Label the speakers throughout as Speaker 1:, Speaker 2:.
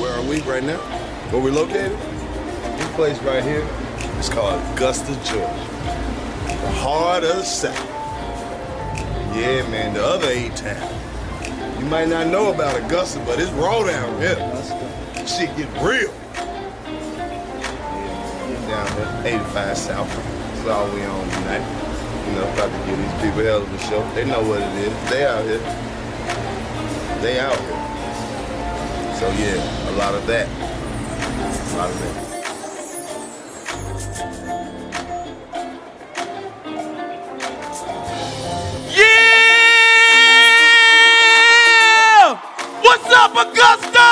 Speaker 1: Where are we right now? Where we located? This place right here is called Augusta, Georgia. The heart of the South. Yeah, man, the other eight town. You might not know about Augusta, but it's raw down here. Shit get real. Yeah, man, we're down here, 85 South. That's all we on tonight. You know, about to give these people hell of a show. They know what it is. They out here. They out here. So yeah, a lot of that. A lot of that.
Speaker 2: Yeah! What's up, Augusta?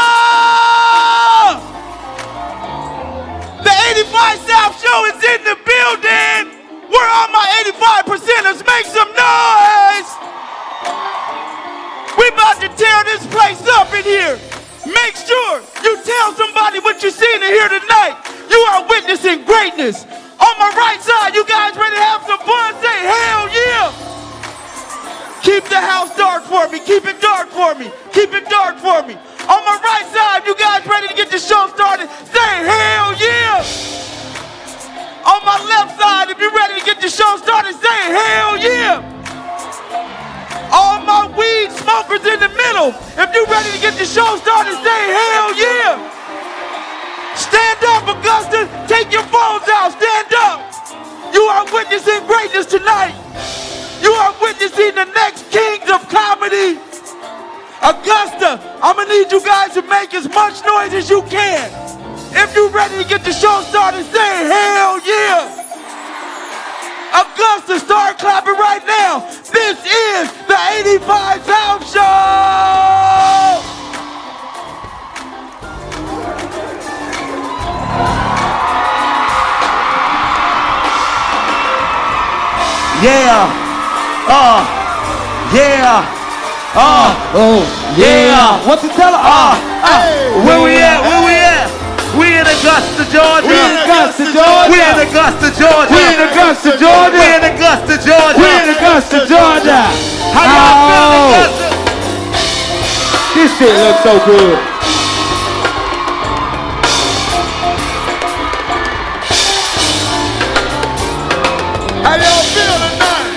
Speaker 2: The 85 South Show is in the building. Where are my 85 percenters? Make some noise. We about to tear this place up in here. Make sure you tell somebody what you're seeing in here tonight. You are witnessing greatness. On my right side, you guys ready to have some fun? Say hell yeah! Keep the house dark for me. Keep it dark for me. Keep it dark for me. On my right side, you guys ready to get the show started? Say hell yeah! On my left side, if you're ready to get the show started, say hell yeah! All my weed smokers in the middle, if you're ready to get the show started, say hell yeah! Stand up, Augusta. Take your phones out. Stand up. You are witnessing greatness tonight. You are witnessing the next kings of comedy. Augusta, I'm gonna need you guys to make as much noise as you can. If you're ready to get the show started, say hell yeah. Augusta, start clapping right now. This is the 85 Town Show.
Speaker 3: Yeah. Uh. Yeah. Uh. Oh. Yeah. What's the teller? Uh. uh. Where we at? Where we at? We in Augusta, Georgia.
Speaker 1: We in Augusta, Georgia.
Speaker 3: We in Augusta, Georgia.
Speaker 1: We in Augusta, Georgia.
Speaker 3: We in Augusta, Georgia.
Speaker 1: We in Augusta, Georgia.
Speaker 3: How y'all feeling,
Speaker 1: Oh.
Speaker 3: Augusta?
Speaker 1: This shit looks so good. How y'all feel tonight?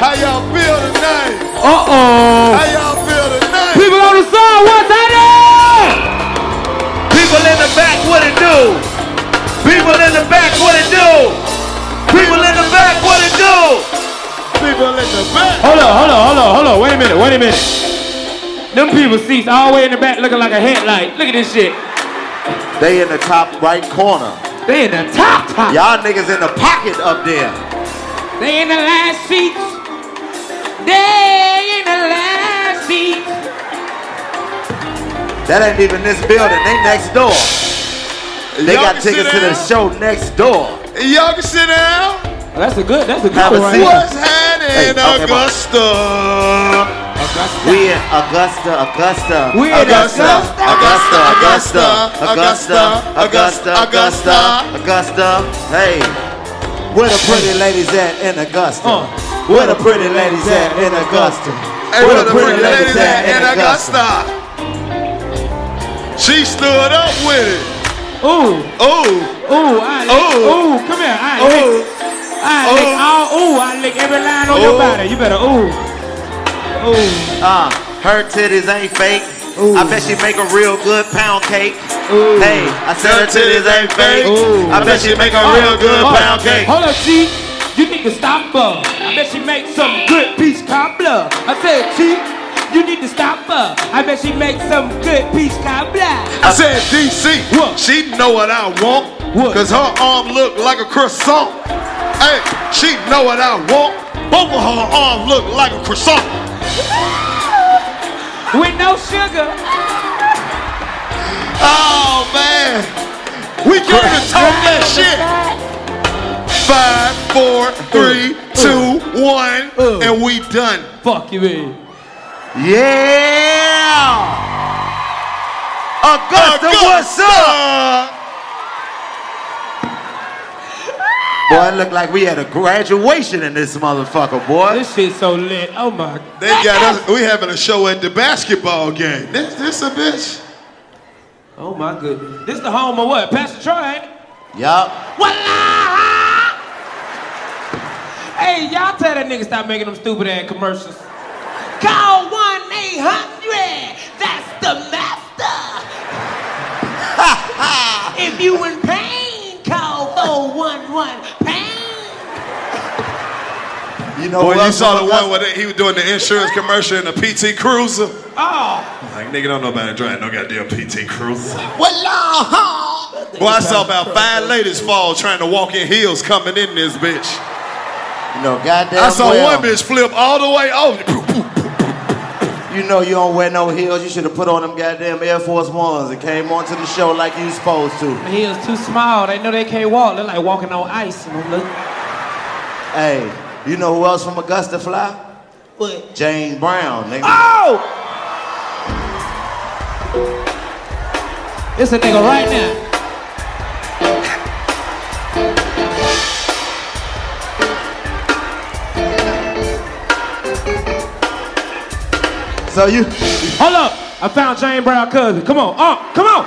Speaker 1: How y'all feel tonight?
Speaker 3: Uh-oh.
Speaker 1: How y'all feel tonight?
Speaker 3: People on the side, what's happening? People in the back, what it do? People in the back, what it do? People in the back, what it do?
Speaker 1: People in the back.
Speaker 3: Hold on, hold on, hold on, hold on. Wait a minute, wait a minute. Them people seats all the way in the back looking like a headlight. Look at this shit.
Speaker 2: They in the top right corner.
Speaker 3: They in the top top.
Speaker 2: Y'all niggas in the pocket up there.
Speaker 3: They in the last seats. They in the last
Speaker 4: That ain't even this building. They next door. They
Speaker 1: Y'all
Speaker 4: got
Speaker 1: can sit
Speaker 4: tickets to the
Speaker 1: down.
Speaker 4: show next door.
Speaker 1: Y'all can sit down.
Speaker 5: That's a good. That's a good
Speaker 4: Have a
Speaker 5: one.
Speaker 4: seat.
Speaker 1: What's happening
Speaker 4: Hey,
Speaker 1: in
Speaker 4: okay, bro.
Speaker 1: Augusta?
Speaker 4: We in Augusta, Augusta.
Speaker 5: We in
Speaker 4: Augusta, Augusta, Augusta, Augusta, Augusta, Augusta, Augusta. Hey, where the pretty ladies at in Augusta? Where the pretty ladies at in Augusta?
Speaker 1: Hey, where the pretty ladies at in Augusta? She stood up with it.
Speaker 5: Ooh,
Speaker 1: Oh,
Speaker 5: ooh, I lick.
Speaker 1: Ooh.
Speaker 5: Ooh, come here. I lick.
Speaker 1: oh,
Speaker 5: I lick all. Ooh, I lick every line on
Speaker 3: Oh.
Speaker 5: your
Speaker 1: Ooh.
Speaker 5: body. You better oh. ooh. Ooh,
Speaker 4: Uh, her titties ain't fake. I bet she make a real good pound cake.
Speaker 5: Ooh.
Speaker 4: Hey, I said her titties ain't fake.
Speaker 5: Ooh.
Speaker 4: I bet she make a real good
Speaker 5: Oh,
Speaker 4: pound cake.
Speaker 5: Hold up, Chief. You need to stop her. I bet she makes some good peach cobbler. I said, Chief, you need to stop her. I bet she makes some good peach cobbler.
Speaker 1: I said DC.
Speaker 5: What?
Speaker 1: She know what I want.
Speaker 5: What?
Speaker 1: Cause her arm look like a croissant. Hey, she know what I want. Both of her arm look like a croissant.
Speaker 5: With no sugar.
Speaker 1: Oh man. We came to talk that shit. Five, four, three, two, one,
Speaker 5: Uh.
Speaker 1: and we done.
Speaker 5: Fuck you, eh? man.
Speaker 4: Yeah! Augusta, what's up?
Speaker 1: up?
Speaker 4: Boy, it look like we had a graduation in this motherfucker, boy.
Speaker 5: This shit so lit. Oh my
Speaker 1: They got us. We having a show at the basketball game. This, this a bitch.
Speaker 5: Oh my goodness. This the home of what? Pastor Troy, ain't it?
Speaker 4: Yup.
Speaker 5: Wallah! Hey, y'all tell that nigga stop making them stupid ass commercials. Call 1 800. That's the master. if you in pain, call 411 pain.
Speaker 4: You know
Speaker 1: Boy,
Speaker 4: who
Speaker 1: you
Speaker 4: else
Speaker 1: saw
Speaker 4: from
Speaker 1: the one
Speaker 4: Augusta?
Speaker 1: where they, he was doing the insurance commercial in the PT Cruiser.
Speaker 5: Oh.
Speaker 1: Like nigga, don't nobody drive no goddamn PT Cruiser.
Speaker 5: Wallah!
Speaker 1: Boy, I saw about five ladies fall trying to walk in heels coming in this bitch.
Speaker 4: You know, goddamn
Speaker 1: I saw
Speaker 4: well,
Speaker 1: one bitch flip all the way over.
Speaker 4: You know you don't wear no heels. You should have put on them goddamn Air Force Ones and came onto the show like you supposed to.
Speaker 5: The heels too small. They know they can't walk. They're like walking on ice. And I'm like,
Speaker 4: Hey, you know who else from Augusta fly?
Speaker 5: what?
Speaker 4: James Brown, nigga.
Speaker 5: Oh! It's a nigga right now.
Speaker 4: So you,
Speaker 5: Hold up! I found Jane Brown cousin. Come on, uh, come on!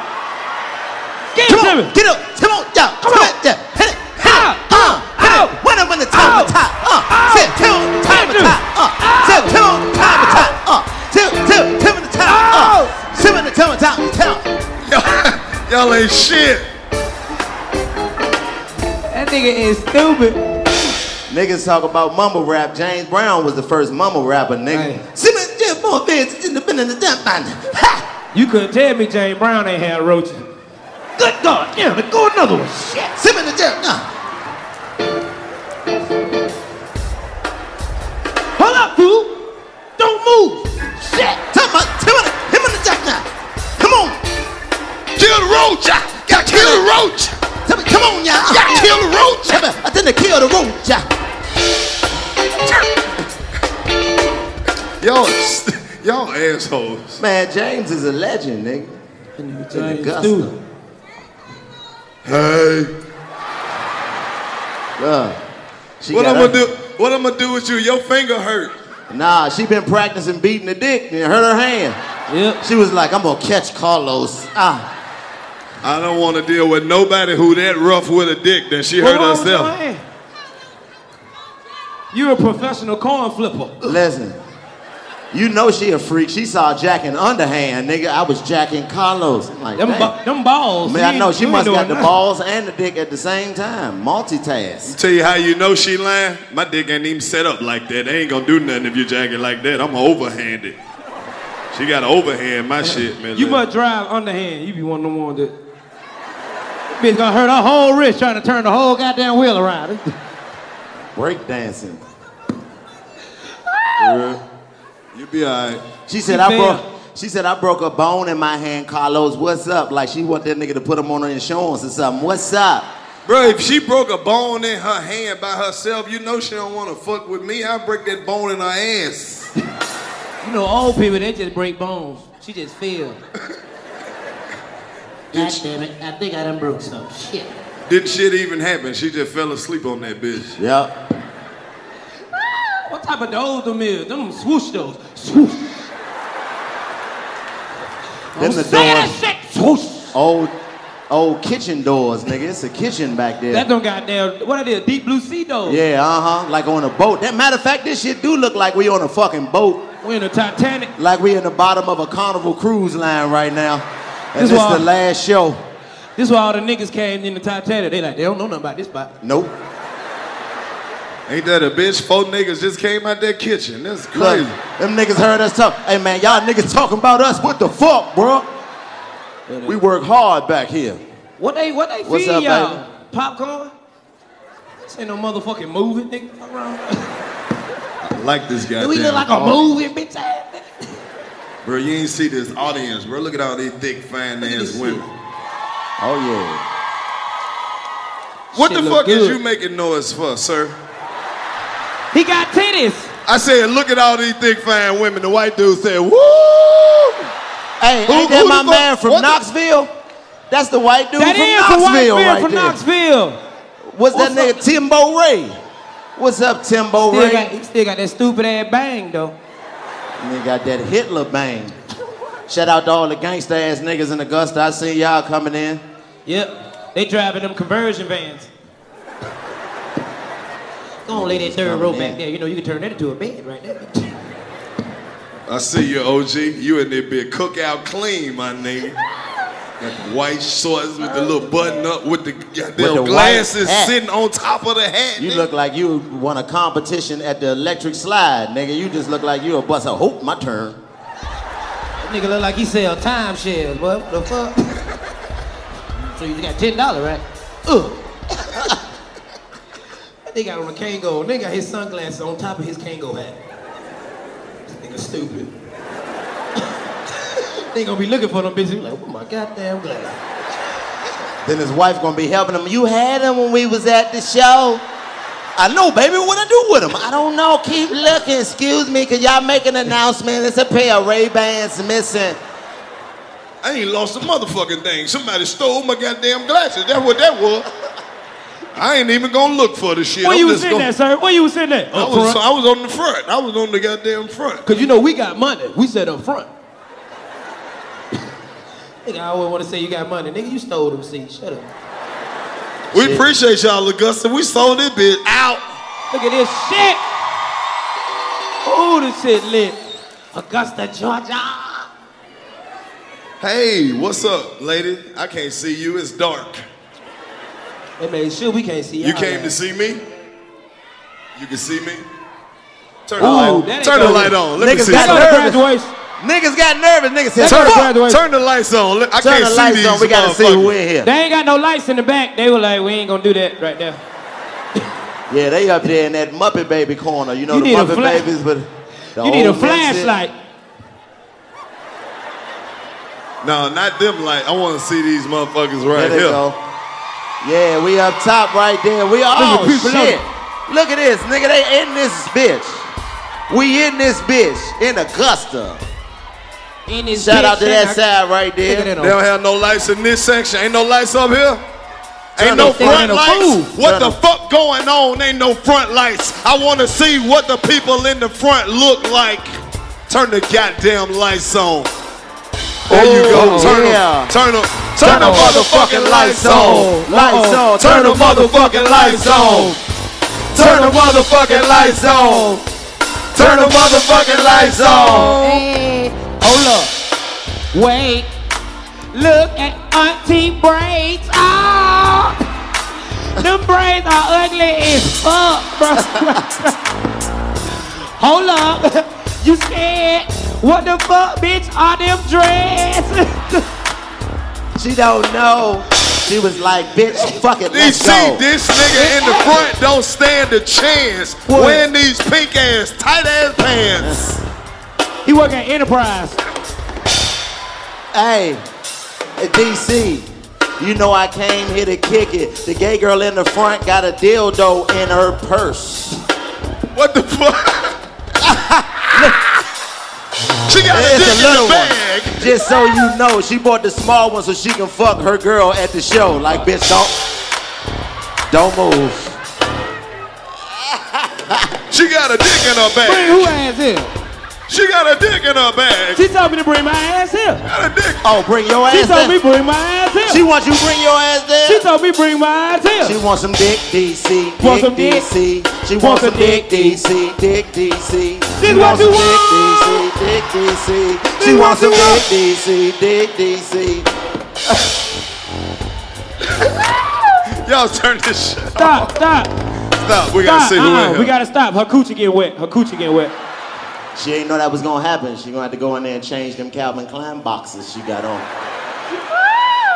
Speaker 5: Get it to me!
Speaker 4: get up, come on, yeah,
Speaker 5: Come on.
Speaker 4: yeah, hit it, hit it,
Speaker 5: Ow,
Speaker 4: uh, hit
Speaker 5: ow,
Speaker 4: it. When I'm in the time
Speaker 5: ow,
Speaker 4: of time,
Speaker 5: ow.
Speaker 4: uh, sit, till time of
Speaker 5: Hit you.
Speaker 4: time, uh, sit, till time of time, uh, till, till, till in the time, uh, sit in the time of time, tell.
Speaker 1: Y'all ain't shit.
Speaker 5: That nigga is stupid.
Speaker 4: Niggas talk about mumble rap. James Brown was the first mumble rapper, nigga.
Speaker 5: Right.
Speaker 4: See, man, yeah, more fans in the been in the damn man. Ha!
Speaker 5: You couldn't tell me Jane Brown ain't had roaches. Good God, damn it, go another one. Shit.
Speaker 4: See, man, yeah, nah.
Speaker 5: Hold up, fool! Don't move! Shit!
Speaker 4: Tell my, tell me, him in the jack now. Come on,
Speaker 1: Kill the roach. Got kill the roach.
Speaker 4: tell me, come on, y'all.
Speaker 1: Got kill the roach.
Speaker 4: Tell me, I think they killed the roach, yeah.
Speaker 1: Y'all, s- y'all assholes.
Speaker 4: Man, James is a legend, nigga. In Augusta.
Speaker 5: Dude,
Speaker 1: Hey,
Speaker 4: Uh, she
Speaker 1: what
Speaker 4: got her-
Speaker 1: I'm gonna do? What I'm gonna do with you? Your finger hurt.
Speaker 4: Nah, she been practicing beating the dick and it hurt her hand.
Speaker 5: yep.
Speaker 4: She was like, I'm gonna catch Carlos. Ah,
Speaker 1: I don't want to deal with nobody who that rough with a dick that she
Speaker 5: What
Speaker 1: hurt
Speaker 5: wrong with your
Speaker 1: herself.
Speaker 5: hand? You a professional corn flipper.
Speaker 4: listen. You know she a freak. She saw Jack in underhand, nigga. I was jacking Carlos. I'm like,
Speaker 5: Them,
Speaker 4: "Damn."
Speaker 5: ba- them balls. you
Speaker 4: man, I
Speaker 5: ain't-
Speaker 4: know she
Speaker 5: you ain't
Speaker 4: must
Speaker 5: doing
Speaker 4: got the
Speaker 5: nothing.
Speaker 4: balls and the dick at the same time. Multitask.
Speaker 1: Tell you how you know she lying. My dick ain't even set up like that. They ain't gonna do nothing if you jack it like that. I'm overhanded. She got to overhand my shit, man.
Speaker 5: You must drive underhand. You be one of them ones that. Bitch gonna hurt her whole wrist trying to turn the whole goddamn wheel around.
Speaker 4: Break dancing.
Speaker 5: Ah.
Speaker 1: You be all right.
Speaker 4: She said,
Speaker 5: She
Speaker 4: I
Speaker 5: fell.
Speaker 4: broke. She said, I broke a bone in my hand, Carlos. What's up? Like, she want that nigga to put him on her insurance or something. What's up?
Speaker 1: Bro, if she broke a bone in her hand by herself, you know she don't want to fuck with me. I break that bone in her ass.
Speaker 5: You know, old people, they just break bones. She just fell. God damn it. I think I done broke some shit.
Speaker 1: Didn't shit even happen. She just fell asleep on that bitch.
Speaker 4: Yep.
Speaker 5: What type of those them is? Them swoosh those. Swoosh. Oh,
Speaker 4: Them the doors. Old, old kitchen doors, nigga. It's a kitchen back there.
Speaker 5: That don't goddamn, what it is, deep blue sea those.
Speaker 4: Yeah, uh huh. Like on a boat. That matter of fact, this shit do look like we on a fucking boat.
Speaker 5: We in a Titanic.
Speaker 4: Like we in the bottom of a Carnival Cruise line right now. And
Speaker 5: This
Speaker 4: this,
Speaker 5: why-
Speaker 4: the last show.
Speaker 5: This why all the niggas came in the Titanic. They like, they don't know nothing about this spot.
Speaker 4: Nope.
Speaker 1: Ain't that a bitch? Four niggas just came out that kitchen. That's crazy.
Speaker 4: Look, them niggas heard us talk. Hey man, y'all niggas talking about us. What the fuck, bro? We work hard back here.
Speaker 5: What they, what they
Speaker 4: What's
Speaker 5: feed
Speaker 4: up,
Speaker 5: y'all? Popcorn? This ain't no motherfucking movie, nigga. Fuck around.
Speaker 1: I like this guy.
Speaker 5: Do we look like a movie, bitch? ass?
Speaker 1: Bro, you ain't see this audience, bro. Look at all these thick, fine ass women.
Speaker 4: Oh yeah.
Speaker 1: What the
Speaker 5: Shit look
Speaker 1: fuck is
Speaker 5: good.
Speaker 1: you making noise for, sir?
Speaker 5: He got titties.
Speaker 1: I said, look at all these thick, fine women. The white dude said, woo!
Speaker 4: Hey,
Speaker 1: Who-
Speaker 4: ain't that
Speaker 1: who
Speaker 4: my
Speaker 1: the fuck-
Speaker 4: man from
Speaker 1: what the-
Speaker 4: Knoxville? That's the white dude
Speaker 1: That
Speaker 4: from
Speaker 1: is the
Speaker 4: Knoxville
Speaker 1: white man
Speaker 4: right
Speaker 1: from
Speaker 4: there.
Speaker 5: Knoxville.
Speaker 4: What's, that nigga Timbo Ray? What's up, Timbo
Speaker 5: Still
Speaker 4: Ray?
Speaker 5: got, he still got that stupid ass bang, though.
Speaker 4: Nigga got that Hitler bang. Shout out to all the gangsta ass niggas in Augusta. I seen y'all coming in.
Speaker 5: Yep. They driving them conversion vans. Go on, lay that third row back there. You know, you can turn that into a bed right there.
Speaker 1: I see you, OG. You in there being cookout clean, my nigga. Got the white shorts with the little button up with the goddamn
Speaker 4: With the white
Speaker 1: glasses
Speaker 4: hat.
Speaker 1: sitting on top of the hat.
Speaker 4: You look like you won a competition at the electric slide, nigga. You just look like you a bust a hope my turn.
Speaker 5: That nigga look like he sell time shares, boy. What the fuck? so you got ten dollar, right? Ugh. that nigga on a Kango. Nigga got his sunglasses on top of his Kango hat. This nigga stupid. they gonna be looking for them bitches. Like, oh my goddamn glasses.
Speaker 4: Then his wife gonna be helping him. You had him when we was at the show. I know, baby. What I do with him? I don't know. Keep looking. Excuse me, cause y'all make an announcement. It's a pair of Ray Bans missing.
Speaker 1: I ain't lost a motherfucking thing. Somebody stole my goddamn glasses. That's what that was. I ain't even gonna look for the shit.
Speaker 5: Where
Speaker 1: I'm
Speaker 5: you was
Speaker 1: just
Speaker 5: sitting
Speaker 1: gonna-
Speaker 5: at, sir? Where you was sitting at?
Speaker 1: I
Speaker 5: Up
Speaker 1: was,
Speaker 5: front.
Speaker 1: I was on the front. I was on the goddamn front.
Speaker 5: Cause you know we got money. We said up front. nigga, I always want to say you got money. Nigga, you stole them seats. Shut up.
Speaker 1: We appreciate y'all, Augusta. We sold this bitch out.
Speaker 5: Look at this shit. Oh, this shit lit. Augusta, Georgia.
Speaker 1: Hey, what's up, lady? I can't see you. It's dark.
Speaker 5: They made sure we can't see
Speaker 1: You
Speaker 5: y'all
Speaker 1: came to
Speaker 5: ass.
Speaker 1: see me? You can see me? Turn
Speaker 5: Ooh,
Speaker 1: the light
Speaker 5: that
Speaker 1: on.
Speaker 5: ain't
Speaker 1: Turn the
Speaker 5: good.
Speaker 1: light on. Let me
Speaker 4: Niggas
Speaker 1: see.
Speaker 4: got
Speaker 1: some.
Speaker 4: nervous. Niggas got nervous. Niggas said,
Speaker 1: turn,
Speaker 4: "Fuck."
Speaker 1: the, turn the lights on. Let- I
Speaker 4: Turn
Speaker 1: can't
Speaker 4: the
Speaker 1: see
Speaker 4: lights
Speaker 1: these
Speaker 4: on. We gotta see who in here.
Speaker 5: They ain't got no lights in the back. They were like, we ain't gonna do that right there.
Speaker 4: Yeah, they up there in that Muppet Baby corner. You know
Speaker 5: You
Speaker 4: the
Speaker 5: need a
Speaker 4: Muppet
Speaker 5: fla-
Speaker 4: Babies, but the
Speaker 5: you need a
Speaker 4: old man said-
Speaker 5: flashlight.
Speaker 1: No, not them light. I want to see these motherfuckers right
Speaker 4: There they
Speaker 1: here.
Speaker 4: go. Yeah, we up top right there. We are.
Speaker 1: Look at
Speaker 4: Oh
Speaker 1: people
Speaker 4: shit! Look at this, nigga. They in this bitch. We in this bitch in Augusta.
Speaker 5: In this
Speaker 4: Shout
Speaker 5: bitch,
Speaker 4: out to
Speaker 5: and I-
Speaker 4: that side right
Speaker 5: Look
Speaker 4: there.
Speaker 5: at that
Speaker 1: They don't have no lights in this section. Ain't no lights up here.
Speaker 4: Turn
Speaker 1: Ain't no
Speaker 4: the fuck-
Speaker 1: front
Speaker 4: turn the
Speaker 1: lights.
Speaker 4: food.
Speaker 1: What
Speaker 4: Turn
Speaker 1: the
Speaker 4: the-
Speaker 1: fuck going on? Ain't no front lights. I want to see what the people in the front look like. Turn the goddamn lights on. There you go.
Speaker 4: Oh,
Speaker 1: Turn
Speaker 4: yeah.
Speaker 1: them. Turn them. Turn the motherfucking lights on.
Speaker 4: Lights on.
Speaker 1: Turn the motherfucking lights on. Turn the motherfucking lights on. Turn the motherfucking lights
Speaker 4: Oh.
Speaker 1: on.
Speaker 5: Hey, hold up. Wait. Look at Auntie braids. Ah, them braids are ugly as fuck, bro. hold up. You scared? What the fuck, bitch? Are them dreads?
Speaker 4: She don't know. She was like, bitch, fuck it,
Speaker 1: You
Speaker 4: let's
Speaker 1: see
Speaker 4: go.
Speaker 1: this nigga in the front don't stand a chance
Speaker 4: What?
Speaker 1: wearing these pink ass tight ass pants.
Speaker 5: he work at Enterprise.
Speaker 4: Hey, DC, you know I came here to kick it. The gay girl in the front got a dildo in her purse. What the fuck?
Speaker 1: She got a dick in
Speaker 4: little
Speaker 1: the
Speaker 4: one. Just so you know, she bought the small one so she can fuck her girl at the show. Like, bitch, don't, don't move.
Speaker 1: She got a dick in her bag.
Speaker 5: Bring who ass here?
Speaker 1: She got a dick in her bag.
Speaker 5: She told me to bring my ass here.
Speaker 4: Oh, bring your ass
Speaker 5: She told
Speaker 4: in.
Speaker 5: me bring my ass here.
Speaker 4: She wants you bring your ass there.
Speaker 5: She told me bring my ass here.
Speaker 4: She wants some dick DC, dick
Speaker 5: Want some dick?
Speaker 4: DC. She
Speaker 5: Want
Speaker 4: wants
Speaker 5: some
Speaker 4: some dick DC, dick DC.
Speaker 5: This
Speaker 4: She
Speaker 5: what
Speaker 4: wants
Speaker 5: you
Speaker 4: some dick DC, dick DC. She wants some dick DC, dick DC.
Speaker 1: Y'all turn this shit.
Speaker 5: Stop, stop.
Speaker 1: Stop. We gotta
Speaker 5: stop.
Speaker 1: see who in
Speaker 5: uh-uh.
Speaker 1: here.
Speaker 5: We gotta stop. Her coochie getting wet. Her coochie getting wet.
Speaker 4: She didn't know that was gonna happen. She gonna have to go in there and change them Calvin Klein boxes she got on.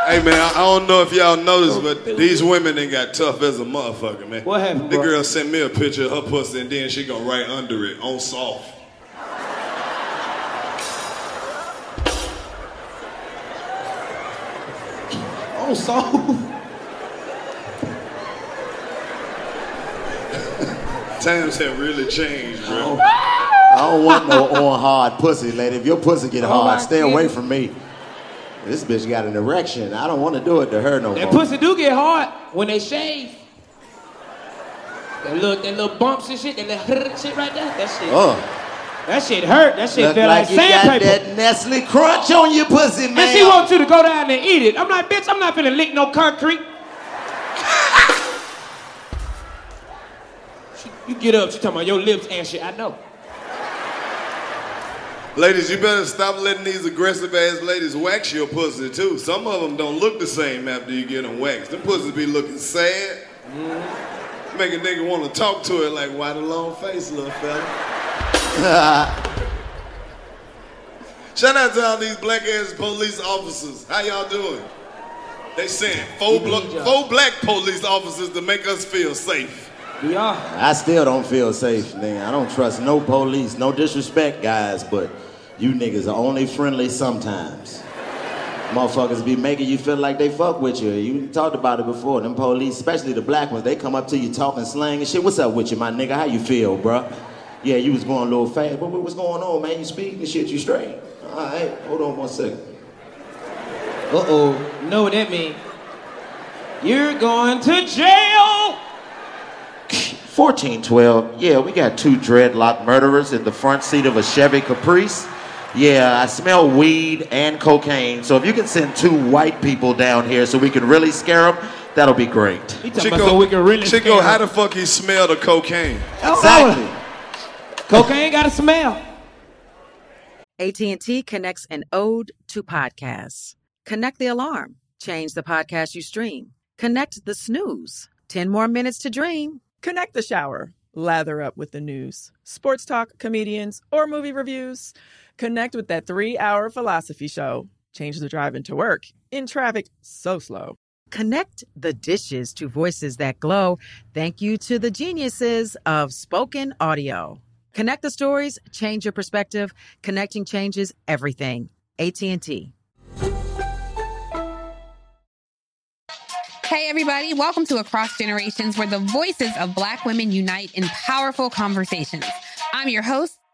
Speaker 1: Hey man, I I don't know if y'all noticed, but these women done got tough as a motherfucker, man. What happened? The girl sent me a picture of her pussy and then she go right under it on soft.
Speaker 5: Oh, so.
Speaker 1: Times have really changed, bro.
Speaker 5: Oh.
Speaker 4: I don't want no on hard pussy, lady. If your pussy get
Speaker 1: Oh,
Speaker 4: hard,
Speaker 1: I
Speaker 4: stay
Speaker 1: see.
Speaker 4: away from me. This bitch got an erection. I don't want to do it to her no
Speaker 5: That
Speaker 4: more.
Speaker 5: pussy do get hard when they shave. That little, that little bumps and shit, that little shit right there, that shit.
Speaker 4: Ugh.
Speaker 5: That shit hurt. That shit
Speaker 4: Oh. Look
Speaker 5: feel like,
Speaker 4: like you got
Speaker 5: sandpaper.
Speaker 4: that Nestle Crunch on your pussy, man.
Speaker 5: And she wants you to go down there and eat it. I'm like, bitch, I'm not finna lick no concrete. She- you get up, she talking about your lips and shit. I know.
Speaker 1: Ladies, you better stop letting these aggressive ass ladies wax your pussy too. Some of them don't look the same after you get them waxed. Them pussies be looking sad.
Speaker 5: Mm-hmm.
Speaker 1: Make a nigga want to talk to it like, why the long face, little fella? Shout out to all these black ass police officers. How y'all doing? They sent four, blo- four black police officers to make us feel safe.
Speaker 5: We are.
Speaker 4: I still don't feel safe, nigga. I don't trust no police. No disrespect, guys, but you niggas are only friendly sometimes. Motherfuckers be making you feel like they fuck with you. You talked about it before. Them police, especially the black ones, they come up to you talking slang and shit. What's up with you, my nigga? How you feel, bruh? Yeah, you was going a little fast, but what was going on, man? You speaking and shit, you straight? All right, hold on one second. Uh oh.
Speaker 5: Know what that mean? You're going to jail.
Speaker 4: 1412. Yeah, we got two dreadlock murderers in the front seat of a Chevy Caprice. Yeah, I smell weed and cocaine. So if you can send two white people down here so we can really scare them, that'll be great.
Speaker 1: Chico, how the fuck he smell the cocaine?
Speaker 4: Exactly.
Speaker 5: Cocaine got a smell.
Speaker 6: AT&T connects an ode to podcasts. Connect the alarm, change the podcast you stream. Connect the snooze, 10 more minutes to dream.
Speaker 7: Connect the shower. Lather up with the news, sports talk, comedians, or movie reviews. Connect with that three hour philosophy show. Change the drive into work. In traffic, so slow.
Speaker 6: Connect the dishes to voices that glow. Thank you to the geniuses of spoken audio. Connect the stories, change your perspective. Connecting changes everything. AT&T.
Speaker 8: Hey, everybody, welcome to Across Generations, where the voices of Black women unite in powerful conversations. I'm your host,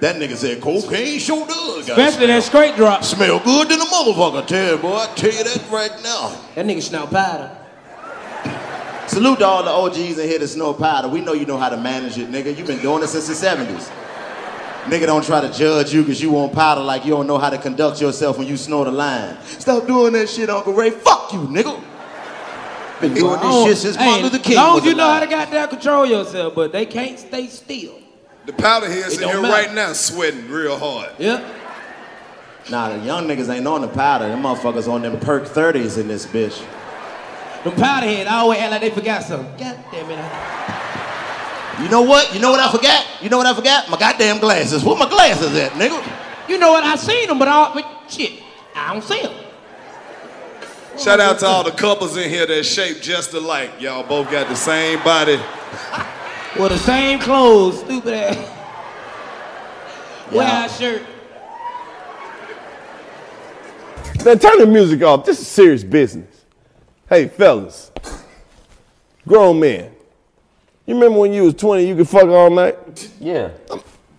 Speaker 1: That nigga said cocaine sure does. got
Speaker 5: Especially that straight drop.
Speaker 1: Smell good than a motherfucker, tell you, boy. I tell you that right now.
Speaker 4: That nigga smell powder. Salute to all the OGs in here that snow powder. We know you know how to manage it, nigga. You've been doing it since the 70s. Nigga, don't try to judge you because you on powder like you don't know how to conduct yourself when you snort a line. Stop doing that shit, Uncle Ray. Fuck you, nigga. Been doing this shit since Martin Luther King.
Speaker 5: long
Speaker 4: was
Speaker 5: as you know
Speaker 4: alive.
Speaker 5: how to goddamn control yourself, but they can't stay still.
Speaker 1: The powder here sitting
Speaker 5: don't
Speaker 1: here
Speaker 5: matter.
Speaker 1: right now sweating real hard.
Speaker 5: Yep.
Speaker 4: Nah, the young niggas ain't on the powder. Them motherfuckers on them perk 30s in this bitch.
Speaker 5: Them powderhead always act like they forgot something. God damn it.
Speaker 4: You know what? You know what I forgot? You know what I forgot? My goddamn glasses. Where my glasses at, nigga?
Speaker 5: You know what? I seen them, but all but shit, I don't see them.
Speaker 1: Shout out to all the couples in here that shaped just alike. Y'all both got the same body.
Speaker 5: Well, the same clothes, stupid ass. Wear our shirt.
Speaker 9: Man, turn the music off. This is serious business. Hey, fellas, grown men, you remember when you was 20, you could fuck all night?
Speaker 10: Yeah.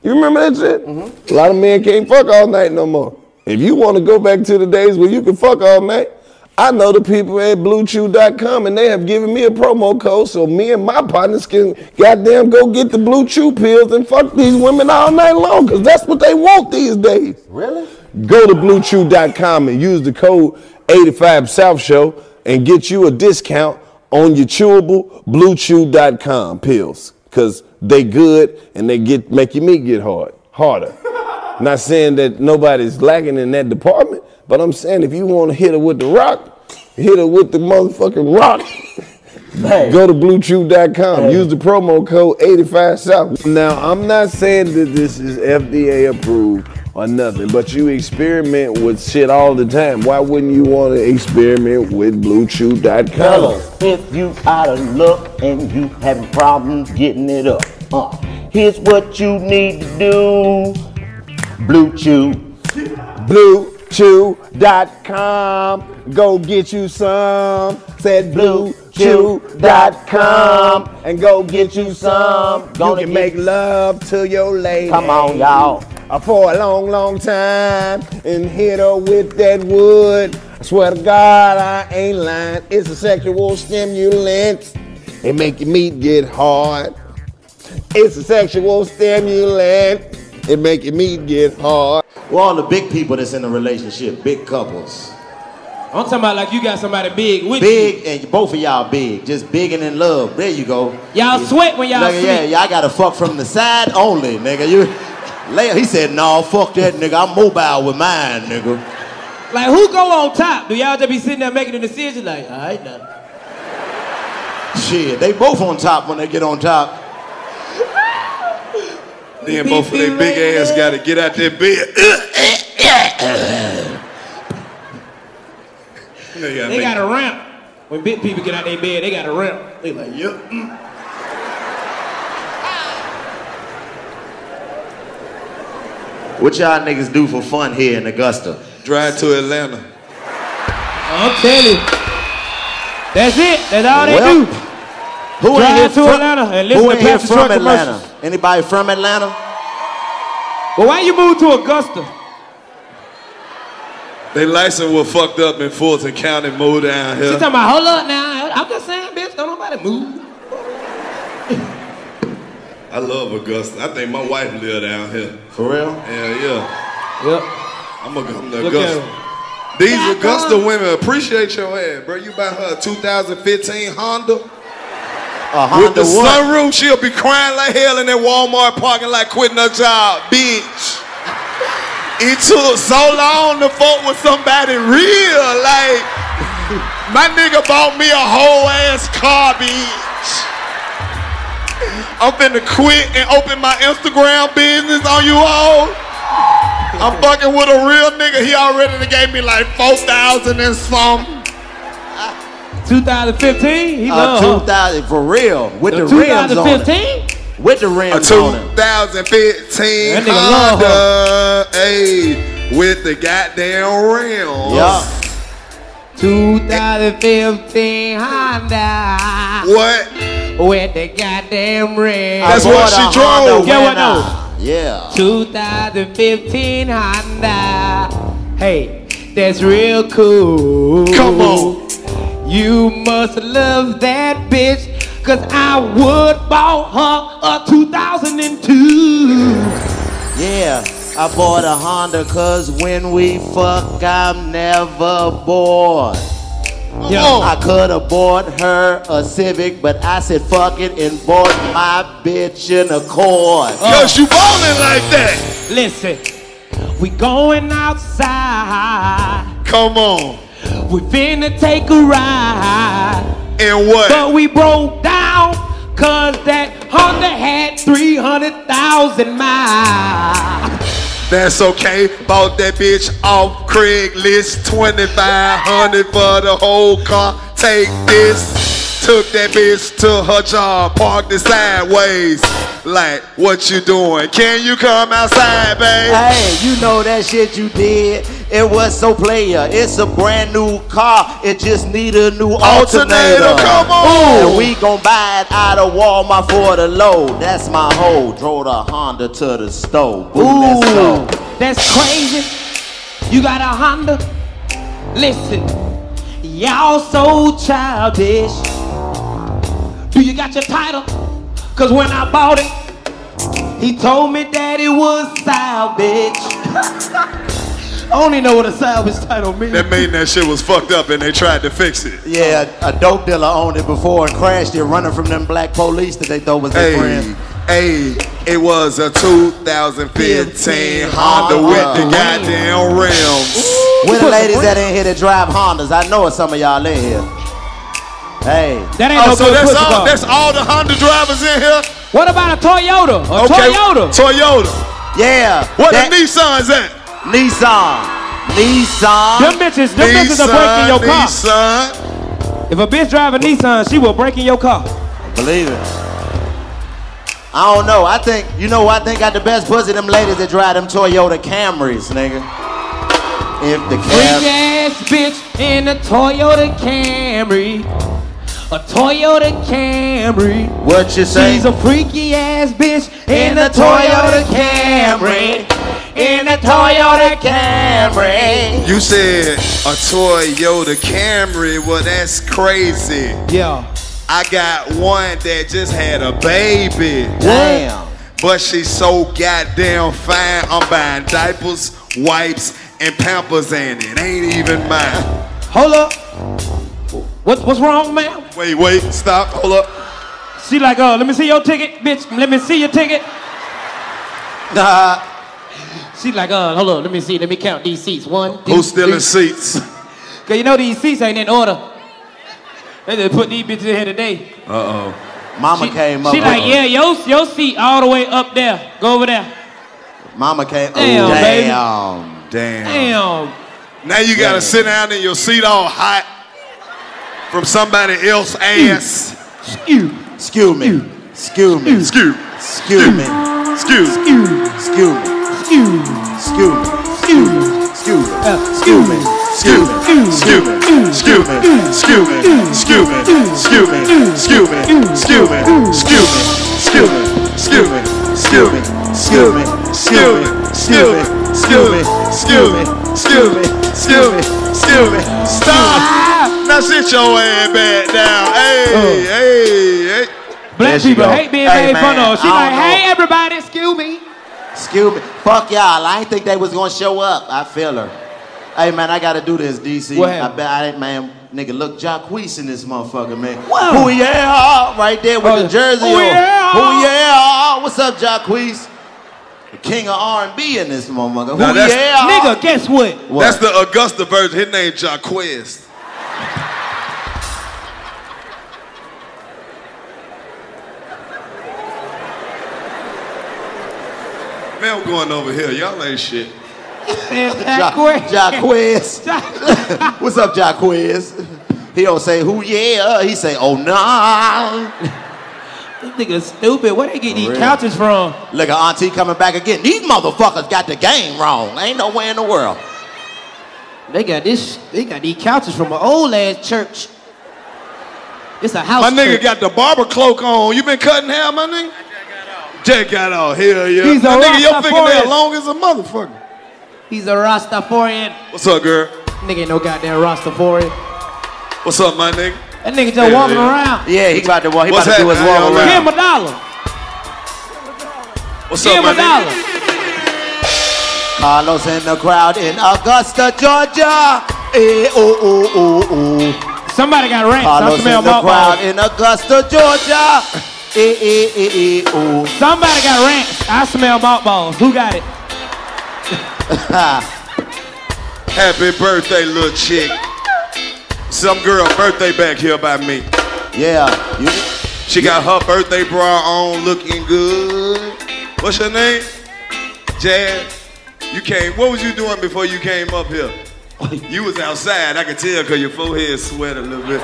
Speaker 9: You remember that shit? A lot of men can't fuck all night no more. If you want to go back to the days where you could fuck all night, I know the people at BlueChew.com, and they have given me a promo code so me and my partners can goddamn go get the Blue Chew pills and fuck these women all night long, because that's what they want these days.
Speaker 10: Really?
Speaker 9: Go to bluechew.com and use the code 85SouthShow and get you a discount on your chewable bluechew.com pills because they good and they get make your meat get hard, harder. Not saying that nobody's lacking in that department, but I'm saying if you want to hit her with the rock, hit her with the motherfucking rock. Go to bluechew.com. Use the promo code 85South. Now, I'm not saying that this is FDA approved or nothing, but you experiment with shit all the time. Why wouldn't you want to experiment with bluechew.com?
Speaker 10: Fellas, if you out of luck and you having problems getting it up, uh, here's what you need to do. Blue Chew.
Speaker 9: Bluechew.com. Go get you some. Said bluechew.com. And go get you some. You
Speaker 10: Gonna
Speaker 9: can
Speaker 10: get-
Speaker 9: make love to your lady.
Speaker 10: Come on, y'all.
Speaker 9: Uh, For a long, long time. And hit her with that wood. I swear to God, I ain't lying. It's a sexual stimulant. It make your meat get hard. It's a sexual stimulant. It make your meat get hard.
Speaker 4: Well, all the big people that's in a relationship, big couples.
Speaker 5: I'm talking about like you got somebody big with
Speaker 4: Big and both of y'all big, just big and in love. There you go.
Speaker 5: Y'all sweat when y'all
Speaker 4: Nigga, Yeah,
Speaker 5: sleep.
Speaker 4: y'all gotta fuck from the side only, nigga. You, Lay- he said, no, fuck that, nigga. I'm mobile with mine, nigga.
Speaker 5: you. Like who go on top? Do y'all just be sitting there making a decision? Like, all right, now.
Speaker 4: Shit, they both on top when they get on top.
Speaker 1: Then both of their big ass got to get out their bed. they got
Speaker 5: They got a ramp. When big people get out their bed, they got a ramp. They like, mm." yep.
Speaker 4: What y'all niggas do for fun here in Augusta?
Speaker 1: Drive to Atlanta.
Speaker 5: I'm telling you. That's it. That's all they
Speaker 4: Well,
Speaker 5: do.
Speaker 4: Who
Speaker 5: Drive
Speaker 4: ain't here
Speaker 5: to
Speaker 4: from,
Speaker 5: Atlanta and listen
Speaker 4: who
Speaker 5: to
Speaker 4: ain't here
Speaker 5: Pepsi truck
Speaker 4: from Atlanta?
Speaker 5: commercials.
Speaker 4: Anybody from Atlanta?
Speaker 5: But why you move to Augusta?
Speaker 1: They license was fucked up in Fulton County, moved down
Speaker 5: She
Speaker 1: here.
Speaker 5: talking about, hold up now. I'm just saying, bitch, don't nobody move.
Speaker 1: I love Augusta. I think my wife live down here.
Speaker 4: For real?
Speaker 1: Yeah, yeah.
Speaker 5: Yep.
Speaker 1: I'm gonna come to
Speaker 5: Look at
Speaker 1: Augusta.
Speaker 5: her.
Speaker 1: These Augusta women appreciate your ass, bro. You buy her a 2015 Honda.
Speaker 4: A
Speaker 1: With the sunroof, she'll be crying like hell in that Walmart parking lot quitting her job, bitch. It took so long to fuck with somebody real. Like, my nigga bought me a whole ass car, bitch. I'm finna quit and open my Instagram business on you all. I'm fucking with a real nigga. He already done gave me like 4,000 and some.
Speaker 4: 2015? He
Speaker 1: love her.
Speaker 4: 2000 for real. With the,
Speaker 1: The
Speaker 4: rims on it.
Speaker 1: 2015?
Speaker 4: With the
Speaker 1: A
Speaker 4: rims on it.
Speaker 1: 2015
Speaker 4: That nigga love
Speaker 1: Honda, ayy, with the goddamn rims.
Speaker 4: Yeah.
Speaker 5: 2015 Honda.
Speaker 4: What?
Speaker 5: With the goddamn red.
Speaker 4: That's what she drove.
Speaker 5: Yeah, what no?
Speaker 4: Yeah.
Speaker 5: 2015 Honda. Hey, that's real cool. Come on. You must love that bitch, cause I would bought her a 2002.
Speaker 4: Yeah. I bought a Honda cause when we fuck I'm never bored. Yeah. I could have bought her a Civic, but I said fuck it and bought my bitch an Accord.
Speaker 1: Cause you ballin' like that.
Speaker 5: Listen, we going outside.
Speaker 1: Come on.
Speaker 5: We finna take a ride.
Speaker 1: And what?
Speaker 5: But we broke down cause that Honda had 300,000 miles.
Speaker 1: That's okay. Bought that bitch off Craigslist. 2500 for the whole car. Take this. Took that bitch to her job. Parked it sideways. Like, what you doing? Can you come outside, babe?
Speaker 4: Hey, you know that shit you did. It was so player. It's a brand new car. It just need a new alternator.
Speaker 1: Alternator, come on.
Speaker 4: And we gon' buy it out of Walmart for the low. That's my hoe. Drove the Honda to the stove. Boo, that's low.
Speaker 5: That's crazy. You got a Honda? Listen, y'all so childish. Do you got your title? Cause when I bought it, he told me that it was salvage. I only know what a salvage title means.
Speaker 1: That mean that shit was fucked up and they tried to fix it.
Speaker 4: Yeah, a dope dealer owned it before and crashed it, running from them black police that they thought was their
Speaker 1: Hey,
Speaker 4: friends.
Speaker 1: hey, it was a 2015 Honda with the goddamn rims.
Speaker 4: Where the ladies that in here that drive Hondas? I know it's some of y'all in here. Hey.
Speaker 5: That
Speaker 1: oh, so that's all. That's all the Honda drivers in here.
Speaker 5: What about a Toyota? A
Speaker 1: Toyota. Toyota.
Speaker 4: Yeah.
Speaker 1: What the Nissans at?
Speaker 4: Nissan. Nissan.
Speaker 5: Them bitches, them bitches are breaking your car.
Speaker 1: Nissan.
Speaker 5: If a bitch drive a Nissan, she will break in your car.
Speaker 4: Believe it. I don't know. I think you know. who I think got the best pussy. Them ladies that drive them Toyota Camrys, nigga. If the
Speaker 5: Freak
Speaker 4: Cam,
Speaker 5: ass bitch in a Toyota Camry. A Toyota Camry.
Speaker 4: what you say?
Speaker 5: She's a freaky ass bitch in a Toyota Camry. In a Toyota Camry.
Speaker 1: You said a Toyota Camry. Well, that's crazy.
Speaker 5: Yeah.
Speaker 1: I got one that just had a baby.
Speaker 4: Damn.
Speaker 1: But she's so goddamn fine. I'm buying diapers, wipes, and pampers, and it ain't even mine.
Speaker 5: Hold up. What, what's wrong, ma'am?
Speaker 1: Wait, wait, stop, hold up.
Speaker 5: She like, oh, let me see your ticket, bitch. Let me see your ticket.
Speaker 4: Nah.
Speaker 5: She like, uh, hold on, let me see, let me count these seats. One, two,
Speaker 1: Who's stealing
Speaker 5: three.
Speaker 1: seats?
Speaker 5: Cause you know these seats ain't in order. They just put these bitches in here today.
Speaker 1: Uh
Speaker 4: oh. Mama came up.
Speaker 5: She like, yeah, your, your seat all the way up there. Go over there.
Speaker 4: Mama came.
Speaker 5: Damn,
Speaker 4: oh,
Speaker 5: baby.
Speaker 4: damn.
Speaker 5: Damn.
Speaker 1: Now you gotta sit down in your seat all hot from somebody else's ass.
Speaker 5: Skew.
Speaker 4: Skew me. Skew me.
Speaker 1: Skew.
Speaker 4: Skew me.
Speaker 1: Skew.
Speaker 5: Skew.
Speaker 4: Skew me.
Speaker 5: Skew.
Speaker 4: Skew me.
Speaker 5: Skew.
Speaker 4: Skew me. Skew me. Skew me. Skew me. Skew me. Skew me. Skew me. Skew me. Skew me. Skew me. Skew me. Skew me. Skew me. Skew me. Skew me. Skew me. Skew me. Skew me. Skew me.
Speaker 1: Skew me. Skew me. Skew me.
Speaker 5: Ah.
Speaker 1: Stop. Now sit your head back down. Hey, hey, hey.
Speaker 5: Black
Speaker 4: people
Speaker 5: hate being made fun of. She like, hey, everybody, excuse me.
Speaker 4: Excuse me. Fuck y'all. I ain't think they was gonna show up. I feel her. Hey man, I gotta do this, DC.
Speaker 5: What
Speaker 4: I
Speaker 5: happened?
Speaker 4: bet I man, nigga, look Jacquees in this motherfucker, man.
Speaker 5: Whoa.
Speaker 4: Who yeah, right there with
Speaker 5: Oh,
Speaker 4: the
Speaker 5: yeah.
Speaker 4: jersey
Speaker 5: Who
Speaker 4: on.
Speaker 5: yeah?
Speaker 4: Who yeah? What's up, Jacquees? The king of R&B in this motherfucker.
Speaker 1: Now
Speaker 4: Who
Speaker 1: that's-
Speaker 4: yeah?
Speaker 5: Nigga, guess what?
Speaker 1: That's the Augusta version. His name Jaquez. Man, I'm going over here. Y'all ain't shit.
Speaker 4: Jaquez. What's up, Jaquez? He don't say who yeah, he say oh nah. These niggas stupid. Where they get these couches from? Look at Auntie coming back again. These motherfuckers got the game wrong. Ain't no way in the world.
Speaker 5: They got this. They got these couches from an old ass church. It's a house.
Speaker 1: My nigga got the barber cloak on. You been cutting hair, my nigga? Jack got off. Hell yeah.
Speaker 5: He's a
Speaker 1: my nigga, your fingernail
Speaker 5: Rastafarian.
Speaker 1: long as a motherfucker.
Speaker 5: He's a Rastafarian.
Speaker 1: What's up, girl?
Speaker 5: Nigga ain't no goddamn Rastafarian.
Speaker 1: What's up, my nigga?
Speaker 5: That nigga just
Speaker 1: Yeah,
Speaker 5: walking
Speaker 1: yeah.
Speaker 5: around.
Speaker 4: Yeah, he about to walk. He
Speaker 1: What's
Speaker 4: about to do his
Speaker 1: happening? How
Speaker 4: walk around.
Speaker 1: y'all
Speaker 5: Give him a dollar.
Speaker 1: What's
Speaker 5: Give
Speaker 4: up, my
Speaker 5: him a dollar.
Speaker 4: Carlos in the crowd in Augusta, Georgia. Eh, oh, oh, oh, oh.
Speaker 5: Somebody got rants. I
Speaker 4: Carlos in
Speaker 5: smell
Speaker 4: the
Speaker 5: my
Speaker 4: crowd
Speaker 5: ball.
Speaker 4: in Augusta, Georgia. Eh, eh, eh, eh, oh.
Speaker 5: Somebody got rants. I smell mothballs. Who got it?
Speaker 1: Happy birthday, little chick. Some girl birthday back here by me.
Speaker 4: Yeah.
Speaker 1: she got her birthday bra on, looking good. What's your name? Jazz. You came. What was you doing before you came up here? You was outside. I could tell because your forehead sweat a little bit.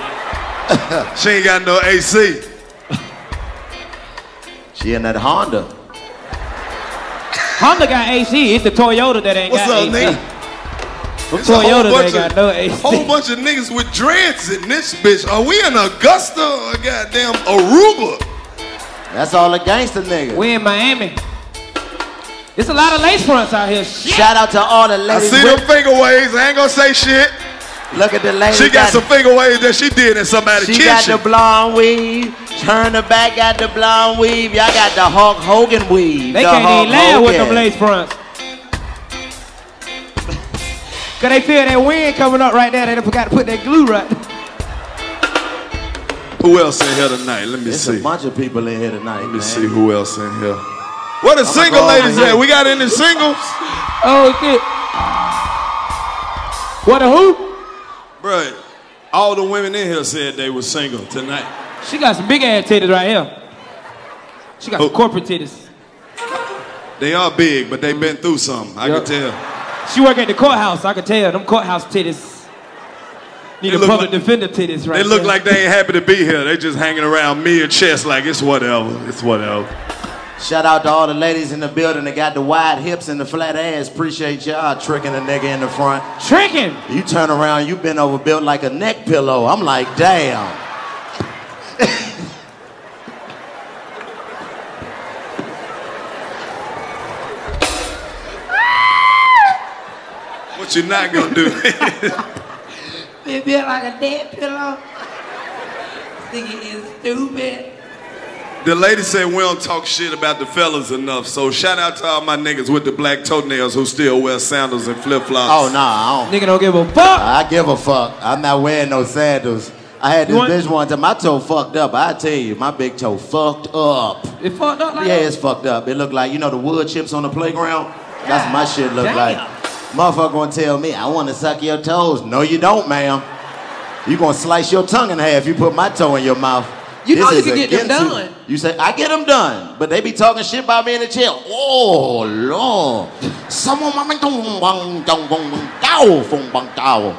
Speaker 1: she ain't got no AC.
Speaker 4: She in that Honda.
Speaker 5: Honda got AC. It's the Toyota that ain't
Speaker 1: What's
Speaker 5: got
Speaker 1: up,
Speaker 5: AC.
Speaker 1: nigga?
Speaker 5: From
Speaker 1: It's a whole
Speaker 5: Toyota, they
Speaker 1: bunch
Speaker 5: got
Speaker 1: of-
Speaker 5: no AC.
Speaker 1: Whole bunch of niggas with dreads in this bitch. Are we in Augusta or goddamn Aruba?
Speaker 4: That's all the gangster niggas.
Speaker 5: We in Miami. It's a lot of lace fronts out here. Shit.
Speaker 4: Shout out to all the
Speaker 1: I
Speaker 4: ladies.
Speaker 1: see them
Speaker 4: with-
Speaker 1: finger waves. I ain't gonna say shit.
Speaker 4: Look at the lady.
Speaker 1: She got
Speaker 4: got-
Speaker 1: some finger waves that she did in somebody's
Speaker 4: She
Speaker 1: kitchen.
Speaker 4: got the blonde weave. Turn the back, got the blonde weave. Y'all got the Hulk Hogan weave.
Speaker 5: They
Speaker 4: The
Speaker 5: can't
Speaker 4: Hulk
Speaker 5: even laugh with them
Speaker 4: Hogan.
Speaker 5: lace fronts. Cause they feel that wind coming up right there. They done forgot to put that glue right.
Speaker 1: Who else in here tonight? Let me see.
Speaker 4: There's a bunch of people in here tonight. Let me
Speaker 1: see who else in here. Where the
Speaker 4: I'ma
Speaker 1: single
Speaker 4: go
Speaker 1: ladies
Speaker 4: over here.
Speaker 1: at? We got any singles?
Speaker 5: Oh shit. What a who?
Speaker 1: Bruh, all the women in here said they were single tonight.
Speaker 5: She got some big ass titties right here. She got some
Speaker 1: Oh.
Speaker 5: corporate titties.
Speaker 1: They are big, but they been through something. I can tell.
Speaker 5: She work at the courthouse. I can tell them courthouse titties. Need a
Speaker 1: look
Speaker 5: public defender titties right
Speaker 1: they look
Speaker 5: there.
Speaker 1: like they ain't happy to be here. They just hanging around me and chest like it's whatever. It's whatever.
Speaker 4: Shout out to all the ladies in the building that got the wide hips and the flat ass. Appreciate y'all tricking the nigga in the front.
Speaker 5: Tricking?
Speaker 4: You turn around, you been over built like a neck pillow. I'm like, damn.
Speaker 1: What you not gonna do?
Speaker 5: It feel like a dead pillow. Nigga is stupid.
Speaker 1: the lady said we don't talk shit about the fellas enough. So shout out to all my niggas with the black toenails who still wear sandals and flip flops.
Speaker 4: Oh, nah, I
Speaker 5: don't. Nigga don't give a fuck.
Speaker 4: I give a fuck. I'm not wearing no sandals. I had this bitch one time. My toe fucked up. I tell you, my big toe fucked up.
Speaker 5: It fucked up like
Speaker 4: Yeah, it's fucked up. It looked like you know the wood chips on the playground. That's what my shit look
Speaker 5: Damn.
Speaker 4: like. Motherfucker gonna tell me I want to suck your toes. No, you don't, ma'am. You gonna slice your tongue in half. if You put my toe in your mouth.
Speaker 5: You know you
Speaker 4: is
Speaker 5: can get them
Speaker 4: against you.
Speaker 5: done.
Speaker 4: You say I get them done, but they be talking shit about me in the chair. Oh lord, someone mama don't bang don't bang down from bang down.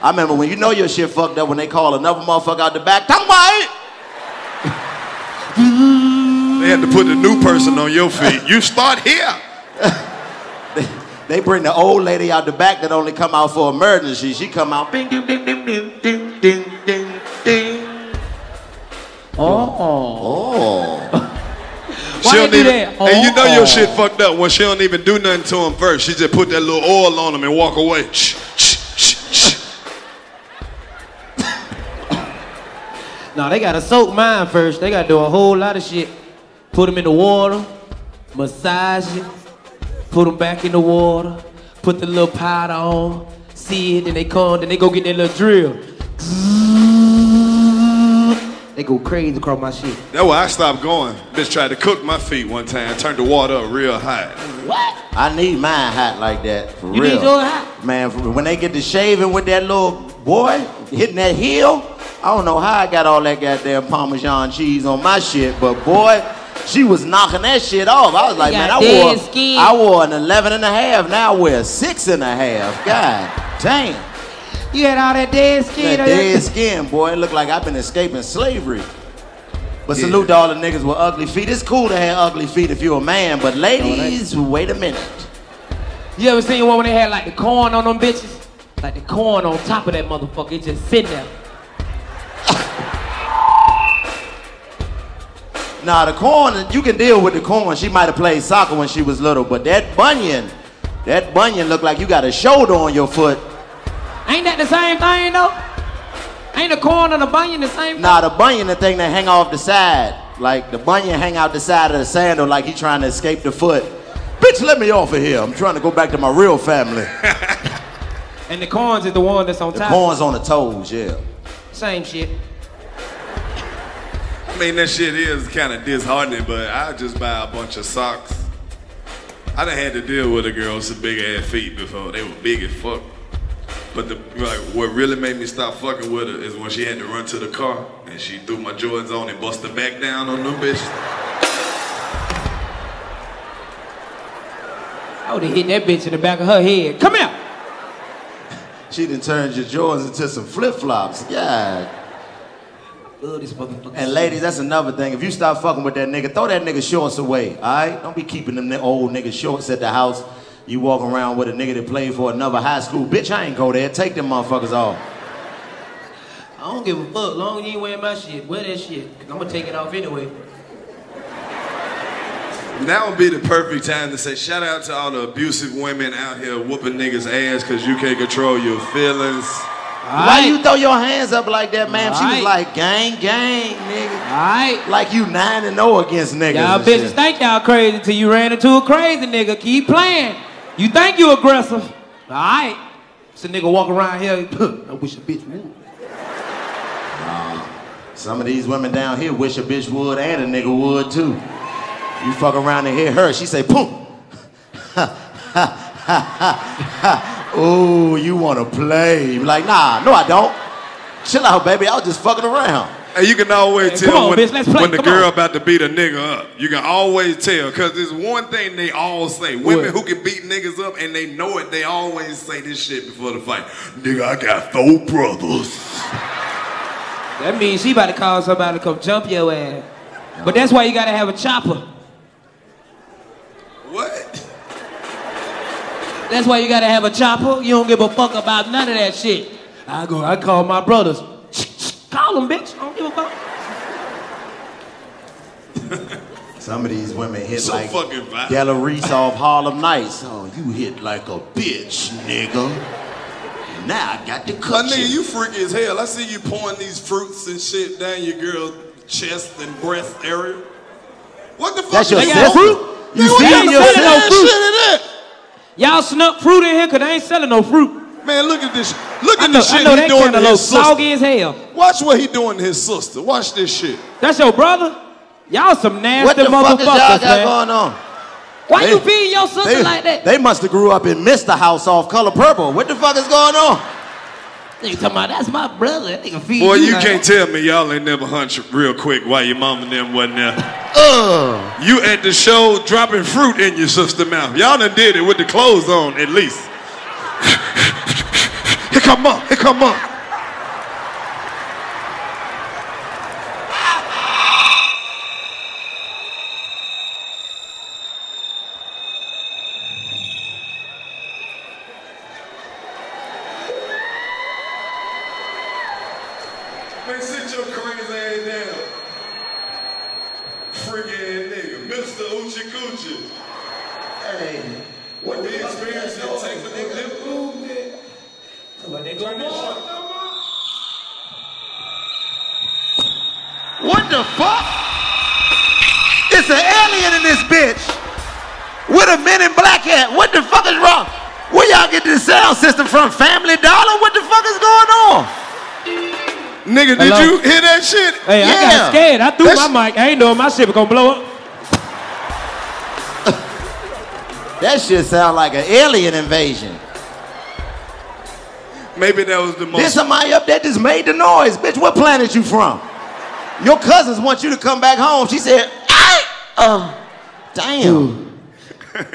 Speaker 4: I remember when you know your shit fucked up when they call another motherfucker out the back. Come white.
Speaker 1: They had to put the new person on your feet. You start here.
Speaker 4: They bring the old lady out the back that only come out for emergency. She come out, bing, ding, ding, ding, ding, ding, ding, ding, ding. Oh.
Speaker 1: She
Speaker 4: Why they
Speaker 1: don't
Speaker 4: do
Speaker 1: even-
Speaker 4: that?
Speaker 1: And you know your
Speaker 4: Oh.
Speaker 1: shit fucked up when she don't even do nothing to him first. She just put that little oil on him and walk away.
Speaker 5: No, they gotta soak mine first. They gotta do a whole lot of shit. Put them in the water, massage it, put them back in the water, put the little powder on, see it, then they come, then they go get their little drill. They go crazy across my shit.
Speaker 1: That's why I stopped going. Bitch tried to cook my feet one time. Turned the water up real hot.
Speaker 5: What?
Speaker 4: I need mine hot like that, for real.
Speaker 1: You need yours hot?
Speaker 4: Man, for- when they get to shaving with that little boy hitting that heel, I don't know how I got all that goddamn Parmesan cheese on my shit, but boy, She was knocking that shit off. I was like,
Speaker 5: You
Speaker 4: man, I
Speaker 5: got
Speaker 4: wore,
Speaker 5: dead skin.
Speaker 4: I wore an 11 and a half. Now I wear a six and a half. God damn.
Speaker 5: You had all that dead skin.
Speaker 4: That
Speaker 5: on your-
Speaker 4: dead skin, boy. It looked like I've been escaping slavery. But salute to all the niggas with ugly feet. It's cool to have ugly feet if you're a man, but ladies, wait a minute.
Speaker 5: You ever seen one when they had like the corn on them bitches? Like the corn on top of that motherfucker. It just sitting there.
Speaker 4: Nah, the corn, you can deal with the corn. She might have played soccer when she was little, but that bunion, that bunion looked like you got a shoulder on your foot.
Speaker 5: Ain't that the same thing though? Ain't the corn and the bunion the same thing?
Speaker 4: Nah, the bunion, the thing that hang off the side. Like the bunion hang out the side of the sandal like he trying to escape the foot. Bitch, let me off of here. I'm trying to go back to my real family.
Speaker 5: And the corns is the one that's on
Speaker 4: The
Speaker 5: top.
Speaker 4: corn's on the toes, yeah.
Speaker 5: Same shit.
Speaker 1: I mean, that shit is kind of disheartening, but I just buy a bunch of socks. I done had to deal with a girl with some big ass feet before. They were big as fuck. But the like, what really made me stop fucking with her is when she had to run to the car and she threw my Jordans on and bust her back down on them bitches.
Speaker 5: I would have hit that bitch in the back of her head. Come here.
Speaker 4: She done turned your Jordans into some flip flops. Yeah.
Speaker 5: Love this motherfucker.
Speaker 4: And ladies, that's another thing. If you stop fucking with that nigga, throw that nigga shorts away. All right, don't be keeping them ni- old nigga shorts at the house. You walk around with a nigga that played for another high school. Bitch, I ain't go there. Take them motherfuckers off.
Speaker 5: I don't give a fuck. Long as you ain't wearing my shit, wear that shit. Cause I'm gonna take it off anyway.
Speaker 1: Now would be the perfect time to say shout out to all the abusive women out here whooping niggas ass because you can't control your feelings.
Speaker 4: Why you throw your hands up like that, ma'am? She was
Speaker 1: Alright.
Speaker 4: like, gang, gang, nigga.
Speaker 5: Alright.
Speaker 4: Like you 9 and 0 against niggas.
Speaker 5: Y'all
Speaker 4: and
Speaker 5: bitches
Speaker 4: shit.
Speaker 5: think y'all crazy till you ran into a crazy nigga. Keep playing. You think you aggressive. Alright. It's a nigga walk around here. I wish a bitch would.
Speaker 4: Uh, Some of these women down here wish a bitch would and a nigga would too. You fuck around and hit her, she say, boom. oh, you wanna play? You Like, nah, no, I don't. Chill out, baby. I was just fucking around.
Speaker 1: Hey, you can always
Speaker 4: Hey, come
Speaker 1: tell
Speaker 4: on,
Speaker 1: when,
Speaker 4: bitch, let's play.
Speaker 1: when the
Speaker 4: Come
Speaker 1: girl
Speaker 4: on.
Speaker 1: about to beat a nigga up. You can always tell because there's one thing they all say: women who can beat niggas up and they know it. They always say this shit before the fight. Nigga, I got four brothers.
Speaker 5: That means she about to call somebody to come jump your ass. But that's why you gotta have a chopper.
Speaker 1: What?
Speaker 5: That's why you gotta have a chopper. You don't give a fuck about none of that shit. I go, I call my brothers. Call them, bitch. I don't give a fuck.
Speaker 4: Some of these women hit
Speaker 1: So
Speaker 4: like
Speaker 1: fucking violent.
Speaker 4: Della Reese off Harlem Nights. Oh, you hit like a bitch, nigga. Now I got the
Speaker 1: My
Speaker 4: cut.
Speaker 1: nigga, you freaky as hell. I see you pouring these fruits and shit down your girl's chest and breast area. What the fuck?
Speaker 4: That's your
Speaker 1: is
Speaker 4: sister?
Speaker 1: Man, what kind of fat ass shit is that?
Speaker 5: Y'all snuck fruit in here because they ain't selling no fruit.
Speaker 1: Man, look at this. Look
Speaker 5: I
Speaker 1: at
Speaker 5: know,
Speaker 1: the
Speaker 5: I
Speaker 1: shit
Speaker 5: know
Speaker 1: he
Speaker 5: that
Speaker 1: doing to
Speaker 5: cantaloupe
Speaker 1: his sister.
Speaker 5: soggy as hell.
Speaker 1: Watch what he doing to his sister. Watch this shit.
Speaker 5: That's your brother? Y'all some nasty
Speaker 1: What the
Speaker 5: motherfuckers,
Speaker 1: fuck is y'all got
Speaker 5: man.
Speaker 1: going
Speaker 4: on?
Speaker 5: Why
Speaker 4: They-
Speaker 5: you feed your sister
Speaker 4: They,
Speaker 5: like that?
Speaker 4: they must have grew up in Mr. House off Color Purple. What the fuck is going on?
Speaker 5: Nigga talking about that's my brother. That nigga feed
Speaker 1: Boy,
Speaker 5: you
Speaker 1: you
Speaker 5: like
Speaker 1: can't tell me y'all ain't never hunched real quick while your mom and them wasn't there. You at the show dropping fruit in your sister mouth. Y'all done did it with the clothes on at least. here come up, here come up. Man, sit your crazy ass down. Freak ass nigga. Mr. Oochie Coochie. Hey. What the experience it take for niggas to improve, nigga? What they gonna
Speaker 4: What the fuck? It's an alien in this bitch with a men in black hat. What the fuck is wrong? Where y'all get this sound system from? Family Dollar? What the fuck is going on?
Speaker 1: Nigga, did
Speaker 5: Hello?
Speaker 1: you hear that shit?
Speaker 5: Hey, I got scared. I threw my mic. I ain't know my shit was gonna blow up.
Speaker 4: That shit sound like an alien invasion.
Speaker 1: Maybe that was the most.
Speaker 4: There's somebody up there just made the noise. Bitch, what planet you from? Your cousins want you to come back home. She said, "Ah!" "Ay,
Speaker 5: Uh, damn.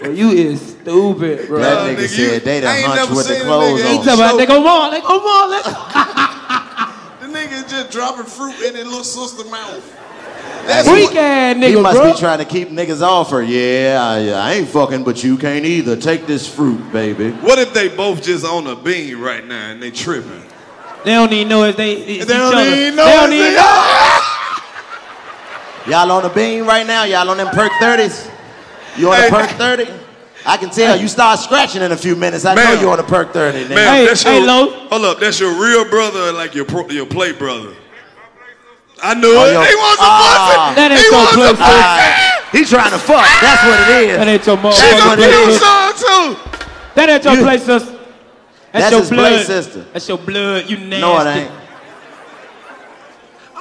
Speaker 5: well, you is stupid, bro.
Speaker 4: That nigga said they the hunch with the clothes
Speaker 5: He
Speaker 4: on.
Speaker 5: talking about nigga more, nigga more, nigga.
Speaker 1: The nigga just dropping fruit in his little sister mouth.
Speaker 5: Weak ass nigga,
Speaker 4: He must
Speaker 5: bro.
Speaker 4: be trying to keep niggas off her. Yeah, I, I ain't fucking, but you can't either. Take this fruit, baby.
Speaker 1: What if they both just on a bean right now and they tripping?
Speaker 5: They don't even know if they. They
Speaker 1: don't even know
Speaker 5: They don't
Speaker 1: if
Speaker 5: even
Speaker 1: they-
Speaker 5: know.
Speaker 4: Y'all on the beam right now? Y'all on them perk 30s? You on the perk 30? I can tell. You start scratching in a few minutes. I know you on the perk 30, nigga.
Speaker 1: Man, that's your, hold up, that's your real brother, like your pro, your play brother. I knew
Speaker 4: Oh,
Speaker 1: it.
Speaker 4: yo-
Speaker 1: He wants a
Speaker 4: Ah.
Speaker 1: pussy.
Speaker 4: That ain't
Speaker 1: he
Speaker 4: so
Speaker 1: wants
Speaker 4: close,
Speaker 1: a
Speaker 4: son. He trying to fuck. That's what it is. That ain't your mom.
Speaker 5: That's
Speaker 4: That's what it
Speaker 5: your
Speaker 4: is.
Speaker 1: song too.
Speaker 5: That ain't your play sister. That's,
Speaker 4: That's
Speaker 5: your
Speaker 4: his play
Speaker 5: blood.
Speaker 4: sister.
Speaker 5: That's your blood. You nasty.
Speaker 4: No, it ain't.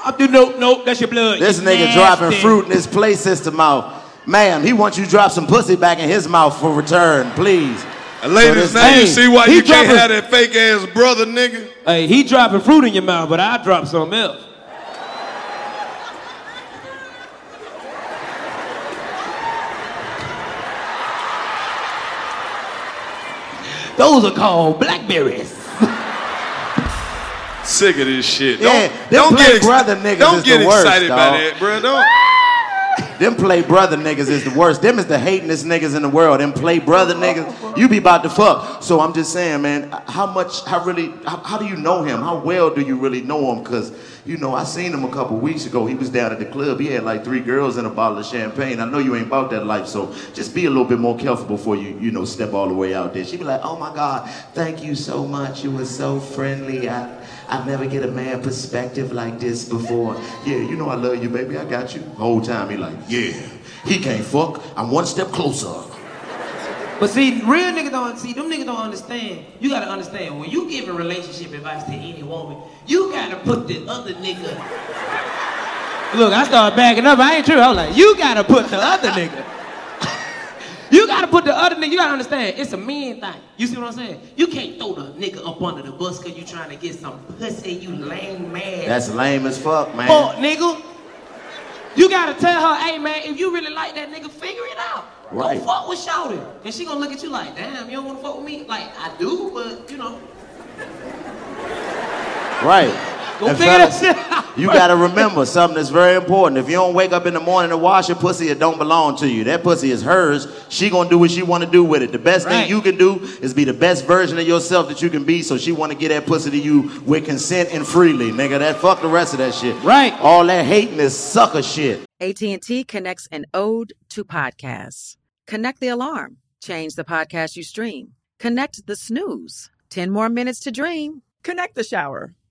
Speaker 5: I do no, no. That's your blood.
Speaker 4: This
Speaker 5: You
Speaker 4: nigga
Speaker 5: nasty.
Speaker 4: dropping fruit in his play sister mouth. Ma'am, he wants you to drop some pussy back in his mouth for return, please.
Speaker 1: Ladies, now you see why
Speaker 5: he
Speaker 1: you can't
Speaker 5: dropping-
Speaker 1: have that fake ass brother, nigga.
Speaker 5: Hey, he dropping fruit in your mouth, but I drop something else. Those are called blackberries.
Speaker 1: Sick of this shit.
Speaker 4: Yeah,
Speaker 1: don't
Speaker 4: them
Speaker 1: don't
Speaker 4: play
Speaker 1: get ex-
Speaker 4: brother niggas
Speaker 1: Don't
Speaker 4: is
Speaker 1: get
Speaker 4: the worst,
Speaker 1: excited
Speaker 4: dog.
Speaker 1: by that, bro. Don't.
Speaker 4: Them play brother niggas is the worst. Them is the hatingest niggas in the world. Them play brother niggas, you be about to fuck. So I'm just saying, man, how much, how really, how, how do you know him? How well do you really know him? Because, you know, I seen him a couple weeks ago. He was down at the club. He had like three girls and a bottle of champagne. I know you ain't about that life, so just be a little bit more careful before you, you know, step all the way out there. She be like, oh my God, thank you so much. You were so friendly. I, I never get a man perspective like this before. Yeah, you know I love you, baby. I got you. Whole time he like, yeah, he can't fuck. I'm one step closer.
Speaker 5: But see, real niggas don't see them niggas don't understand. You gotta understand when you give a relationship advice to any woman, you gotta put the other nigga. Look, I started backing up. I ain't true. I was like, you gotta put the other nigga. you gotta put the other nigga. You gotta understand, it's a man thing. You see what I'm saying? You can't throw the nigga up under the bus because you trying to get some pussy. You lame man.
Speaker 4: That's lame as fuck, man.
Speaker 5: Fuck, nigga. You gotta tell her, hey man, if you really like that nigga, figure it out.
Speaker 4: Right.
Speaker 5: Don't fuck with Shouty. And she gonna look at you like, damn, you don't wanna fuck with me? Like, I do, but you know.
Speaker 4: Right.
Speaker 5: Go
Speaker 4: And
Speaker 5: figure
Speaker 4: fellas,
Speaker 5: that shit out.
Speaker 4: You gotta remember something that's very important. If you don't wake up in the morning and wash your pussy, it don't belong to you. That pussy is hers. She gonna do what she wanna do with it. The best
Speaker 5: Right.
Speaker 4: thing you can do is be the best version of yourself that you can be. So she wanna get that pussy to you with consent and freely, nigga. That fuck the rest of that shit. Right. All that hating is sucker shit.
Speaker 6: AT&T connects an ode to podcasts. Connect the alarm, change the podcast you stream. Connect the snooze, 10 more minutes to dream.
Speaker 7: Connect the shower.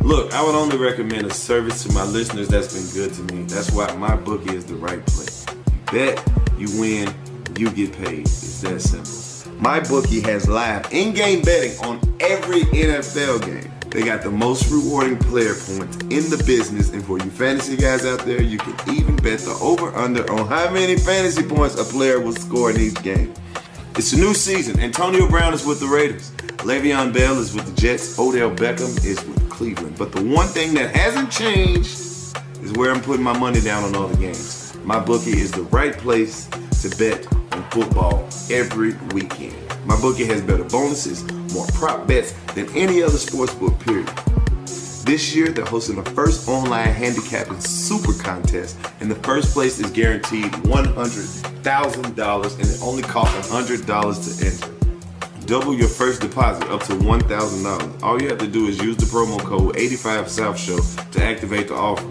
Speaker 1: Look, I would only recommend a service to my listeners that's been good to me. That's why my bookie is the right place. You bet, you win, you get paid. It's that simple. My bookie has live in-game betting on every NFL game. They got the most rewarding player points in the business, and for you fantasy guys out there, you can even bet the over/under on how many fantasy points a player will score in each game. It's a new season. Antonio Brown is with the Raiders. Le'Veon Bell is with the Jets. Odell Beckham is with Cleveland. But the one thing that hasn't changed is where I'm putting my money down on all the games. My bookie is the right place to bet on football every weekend. My bookie has better bonuses, more prop bets than any other sports book, period. This year, they're hosting the first online handicapping super contest, and the first place is guaranteed $100,000, and it only costs $100 to enter. Double your first deposit up to $1,000. All you have to do is use the promo code 85SouthShow to activate the offer.